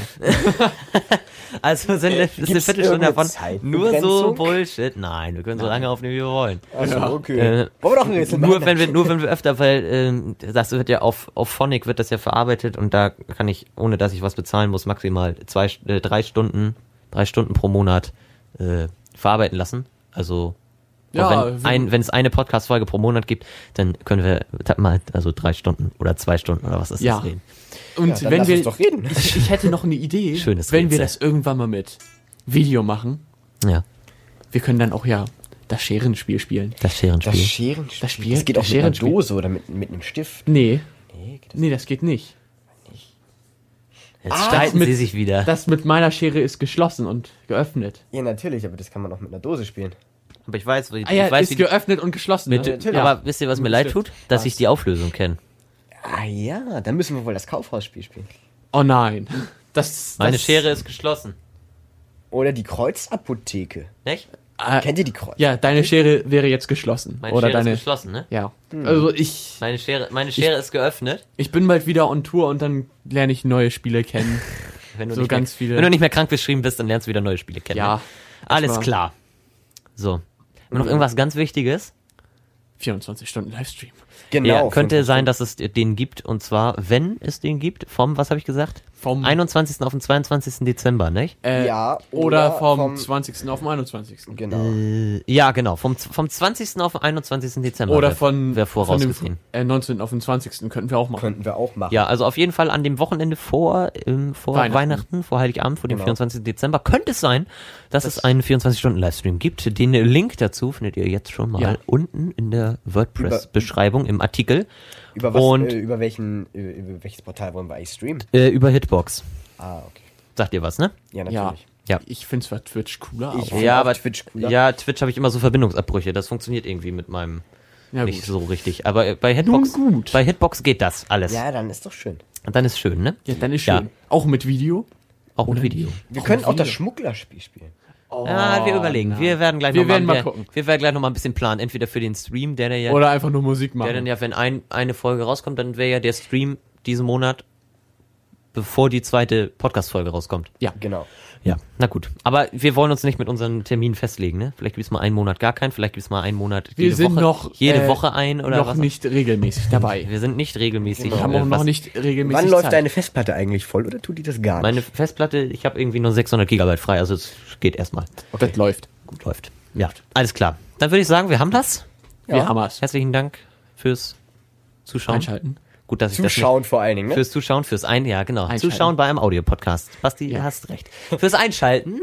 [SPEAKER 1] Also sind äh, ist eine
[SPEAKER 3] gibt's
[SPEAKER 1] Viertelstunde
[SPEAKER 3] irgendeine
[SPEAKER 1] davon nur so
[SPEAKER 3] Zeitbegrenzung?
[SPEAKER 1] Bullshit. Nein, wir können so lange aufnehmen, wie wir wollen.
[SPEAKER 3] Also, okay.
[SPEAKER 1] Äh,
[SPEAKER 3] Wollen wir doch ein Rätsel
[SPEAKER 1] Nur
[SPEAKER 3] machen?
[SPEAKER 1] wenn wir, nur wenn wir öfter, weil ähm, das wird ja auf, auf Phonic wird das ja verarbeitet und da kann ich, ohne dass ich was bezahlen muss, maximal zwei, äh, drei Stunden, drei Stunden pro Monat äh, verarbeiten lassen. Also und
[SPEAKER 2] Ja,
[SPEAKER 1] wenn,
[SPEAKER 2] wir-
[SPEAKER 1] ein, wenn es eine Podcast-Folge pro Monat gibt, dann können wir ta- mal also drei Stunden oder zwei Stunden oder was ist
[SPEAKER 2] Ja.
[SPEAKER 1] das reden.
[SPEAKER 2] Und
[SPEAKER 3] Ja, dann
[SPEAKER 2] wenn
[SPEAKER 3] lass
[SPEAKER 2] wir.
[SPEAKER 3] uns doch reden.
[SPEAKER 2] Ich, ich hätte noch eine Idee,
[SPEAKER 1] Schönes
[SPEAKER 2] wenn wir das
[SPEAKER 1] Rätsel.
[SPEAKER 2] irgendwann mal mit Video machen.
[SPEAKER 1] Ja,
[SPEAKER 2] Wir können dann auch ja das Scherenspiel spielen.
[SPEAKER 1] das Scherenspiel.
[SPEAKER 3] Das Scherenspiel.
[SPEAKER 2] Das Spiel-
[SPEAKER 3] Das geht auch
[SPEAKER 2] das
[SPEAKER 3] mit einer
[SPEAKER 2] Scherenspiel.
[SPEAKER 3] Dose oder mit, mit einem Stift.
[SPEAKER 2] Nee,
[SPEAKER 3] Nee, geht das
[SPEAKER 2] nee, das geht nicht.
[SPEAKER 1] Jetzt
[SPEAKER 2] Ah,
[SPEAKER 1] streiten
[SPEAKER 2] mit-
[SPEAKER 1] sie sich wieder.
[SPEAKER 2] Das mit meiner Schere ist geschlossen und geöffnet.
[SPEAKER 3] Ja, natürlich, aber das kann man auch mit einer Dose spielen.
[SPEAKER 1] aber ich weiß, wie,
[SPEAKER 2] Ah ja,
[SPEAKER 1] ich weiß,
[SPEAKER 2] ist
[SPEAKER 1] wie die,
[SPEAKER 2] geöffnet und geschlossen.
[SPEAKER 1] mit,
[SPEAKER 2] ne? ja.
[SPEAKER 1] aber wisst ihr, was mir leid tut? Dass ich die Auflösung kenne.
[SPEAKER 3] Ah ja, dann müssen wir wohl das Kaufhausspiel spielen.
[SPEAKER 2] oh nein. Das, das,
[SPEAKER 1] Meine Schere ist geschlossen.
[SPEAKER 3] Oder die Kreuzapotheke.
[SPEAKER 1] Nicht?
[SPEAKER 2] Äh,
[SPEAKER 3] Kennt ihr die Kreuz?
[SPEAKER 2] ja, deine Schere wäre jetzt geschlossen.
[SPEAKER 1] Meine
[SPEAKER 2] Oder
[SPEAKER 1] Schere
[SPEAKER 2] deine.
[SPEAKER 1] ist geschlossen, ne?
[SPEAKER 2] ja.
[SPEAKER 3] Hm.
[SPEAKER 2] Also ich,
[SPEAKER 1] Meine Schere, meine Schere ist geöffnet.
[SPEAKER 2] ich bin bald wieder on Tour und dann lerne ich neue Spiele kennen.
[SPEAKER 1] Wenn du,
[SPEAKER 2] So
[SPEAKER 1] nicht
[SPEAKER 2] ganz
[SPEAKER 1] mehr,
[SPEAKER 2] viele-
[SPEAKER 1] wenn du nicht mehr krank beschrieben bist, dann lernst du wieder neue Spiele kennen.
[SPEAKER 2] Ja, Mhm.
[SPEAKER 1] ne? Alles
[SPEAKER 2] war-
[SPEAKER 1] klar. So. Haben wir noch irgendwas ganz Wichtiges?
[SPEAKER 2] 24 Stunden Livestream.
[SPEAKER 3] Genau.
[SPEAKER 1] ja, könnte
[SPEAKER 3] fünf-
[SPEAKER 1] sein, dass es den gibt. Und zwar, wenn es den gibt, vom, was habe ich gesagt?
[SPEAKER 2] Vom-
[SPEAKER 1] 21. auf den 22. Dezember, nicht?
[SPEAKER 2] Äh,
[SPEAKER 3] Ja,
[SPEAKER 2] Oder,
[SPEAKER 3] oder
[SPEAKER 2] vom,
[SPEAKER 3] vom-
[SPEAKER 2] 20. auf den 21.
[SPEAKER 3] Genau.
[SPEAKER 1] Äh, ja, genau. Vom, vom 20. auf den 21. Dezember.
[SPEAKER 2] Oder
[SPEAKER 1] wär-
[SPEAKER 2] von,
[SPEAKER 1] Wär
[SPEAKER 2] von dem
[SPEAKER 1] vorausgesehen.
[SPEAKER 2] äh, 19. auf den 20. könnten wir auch machen.
[SPEAKER 3] Könnten wir auch machen.
[SPEAKER 1] Ja, also auf jeden Fall an dem Wochenende vor, ähm, vor
[SPEAKER 2] Weihnachten.
[SPEAKER 1] Weihnachten. vor Heiligabend, vor dem
[SPEAKER 3] Genau.
[SPEAKER 1] 24. Dezember, könnte es sein, dass es einen 24-Stunden-Livestream gibt. Den Link dazu findet ihr jetzt schon mal
[SPEAKER 2] Ja.
[SPEAKER 1] unten in der WordPress-Beschreibung im Artikel.
[SPEAKER 3] Über was,
[SPEAKER 1] Und-
[SPEAKER 3] äh, über welchen, über, über welches Portal wollen wir eigentlich streamen?
[SPEAKER 1] Äh, über Hitbox.
[SPEAKER 3] Ah, okay.
[SPEAKER 1] Sagt ihr was, ne?
[SPEAKER 3] Ja,
[SPEAKER 2] Ja.
[SPEAKER 3] natürlich.
[SPEAKER 1] Ja.
[SPEAKER 2] Ich finde zwar Twitch cooler,
[SPEAKER 3] Ich-
[SPEAKER 2] aber.
[SPEAKER 3] Ja, auf Twitch cooler.
[SPEAKER 1] ja, Twitch habe ich immer so Verbindungsabbrüche. Das funktioniert irgendwie mit meinem
[SPEAKER 2] Ja,
[SPEAKER 1] nicht
[SPEAKER 2] gut.
[SPEAKER 1] so richtig. Aber äh, bei Hitbox,
[SPEAKER 2] Nun gut.
[SPEAKER 1] bei Hitbox geht das alles.
[SPEAKER 3] Ja, dann ist doch schön.
[SPEAKER 1] Und dann ist schön, ne?
[SPEAKER 2] Ja, dann ist schön.
[SPEAKER 1] Ja.
[SPEAKER 2] Auch mit Video.
[SPEAKER 1] Auch mit Video.
[SPEAKER 3] Wir
[SPEAKER 2] Auch
[SPEAKER 3] können
[SPEAKER 2] mit
[SPEAKER 3] auch das
[SPEAKER 2] Video.
[SPEAKER 3] Schmugglerspiel spielen.
[SPEAKER 1] ja, wir überlegen. Wir werden gleich
[SPEAKER 2] Oh, Wir
[SPEAKER 1] noch mal,
[SPEAKER 2] werden mal
[SPEAKER 1] wir-
[SPEAKER 2] gucken.
[SPEAKER 1] Wir werden gleich noch mal ein bisschen planen. Entweder für den Stream, der der ja
[SPEAKER 2] Oder einfach nur Musik machen.
[SPEAKER 1] Ja, dann ja, wenn ein, eine Folge rauskommt, dann wäre ja der Stream diesen Monat, bevor die zweite Podcast-Folge rauskommt.
[SPEAKER 2] Ja.
[SPEAKER 3] Genau.
[SPEAKER 1] Ja. Na gut. Aber wir wollen uns nicht mit unseren Terminen festlegen, ne? Vielleicht gibt's mal einen Monat gar keinen, vielleicht gibt's mal einen Monat
[SPEAKER 2] Wir
[SPEAKER 1] jede
[SPEAKER 2] sind
[SPEAKER 1] Woche,
[SPEAKER 2] noch
[SPEAKER 1] jede
[SPEAKER 2] äh,
[SPEAKER 1] Woche ein oder
[SPEAKER 2] noch
[SPEAKER 1] was.
[SPEAKER 2] nicht regelmäßig dabei.
[SPEAKER 1] Wir sind nicht regelmäßig.
[SPEAKER 2] Wir haben auch
[SPEAKER 1] äh,
[SPEAKER 2] noch
[SPEAKER 1] was-
[SPEAKER 2] nicht regelmäßig
[SPEAKER 3] Wann läuft
[SPEAKER 2] Zeit.
[SPEAKER 3] deine Festplatte eigentlich voll oder tut die das gar
[SPEAKER 1] Meine
[SPEAKER 3] nicht?
[SPEAKER 1] Festplatte, ich habe irgendwie nur 600 Gigabyte frei, also es geht erstmal.
[SPEAKER 2] Das läuft.
[SPEAKER 1] Gut läuft. Ja, alles klar. Dann würde ich sagen, wir haben das.
[SPEAKER 2] Wir haben es.
[SPEAKER 1] Herzlichen Dank fürs Zuschauen.
[SPEAKER 2] Einschalten.
[SPEAKER 1] Gut, dass ich das nicht
[SPEAKER 3] Zuschauen vor allen Dingen, ne?
[SPEAKER 1] Fürs Zuschauen, fürs Ein, ja genau.
[SPEAKER 2] Einschalten.
[SPEAKER 1] Zuschauen bei einem Audiopodcast. Basti,
[SPEAKER 2] Ja.
[SPEAKER 1] hast recht. Fürs Einschalten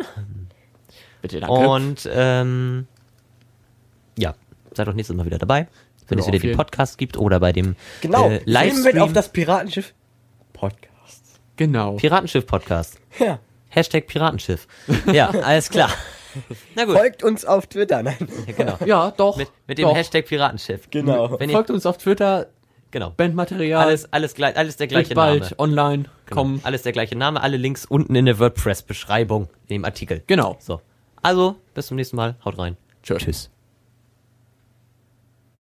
[SPEAKER 2] Bitte, danke.
[SPEAKER 1] und ähm, ja, seid doch nächstes Mal wieder dabei, wenn
[SPEAKER 2] Genau,
[SPEAKER 1] es wieder
[SPEAKER 2] auf
[SPEAKER 1] den
[SPEAKER 2] jeden-
[SPEAKER 1] Podcast gibt oder bei dem
[SPEAKER 3] Genau.
[SPEAKER 1] äh,
[SPEAKER 3] Nehmen wir auf
[SPEAKER 1] Livestream
[SPEAKER 3] das Piratenschiff Podcast.
[SPEAKER 2] genau.
[SPEAKER 1] Piratenschiff Podcast.
[SPEAKER 3] Ja.
[SPEAKER 1] Hashtag Piratenschiff. Ja, alles klar. Na gut,
[SPEAKER 3] Folgt uns auf Twitter. Nein.
[SPEAKER 1] genau.
[SPEAKER 2] Ja, doch.
[SPEAKER 1] Mit, mit dem
[SPEAKER 2] doch.
[SPEAKER 1] Hashtag Piratenschiff.
[SPEAKER 3] Genau.
[SPEAKER 1] Wenn ihr,
[SPEAKER 2] Folgt uns auf Twitter,
[SPEAKER 1] genau.
[SPEAKER 2] Bandmaterial.
[SPEAKER 1] Alles, alles, gleich, alles der
[SPEAKER 2] wird
[SPEAKER 1] gleiche
[SPEAKER 2] bald
[SPEAKER 1] Name.
[SPEAKER 2] online
[SPEAKER 1] Genau.
[SPEAKER 2] kommen.
[SPEAKER 1] Alles der gleiche Name, alle Links unten in der WordPress-Beschreibung, in dem Artikel.
[SPEAKER 2] Genau.
[SPEAKER 1] So. Also, bis zum nächsten Mal. Haut rein.
[SPEAKER 2] Tschüss.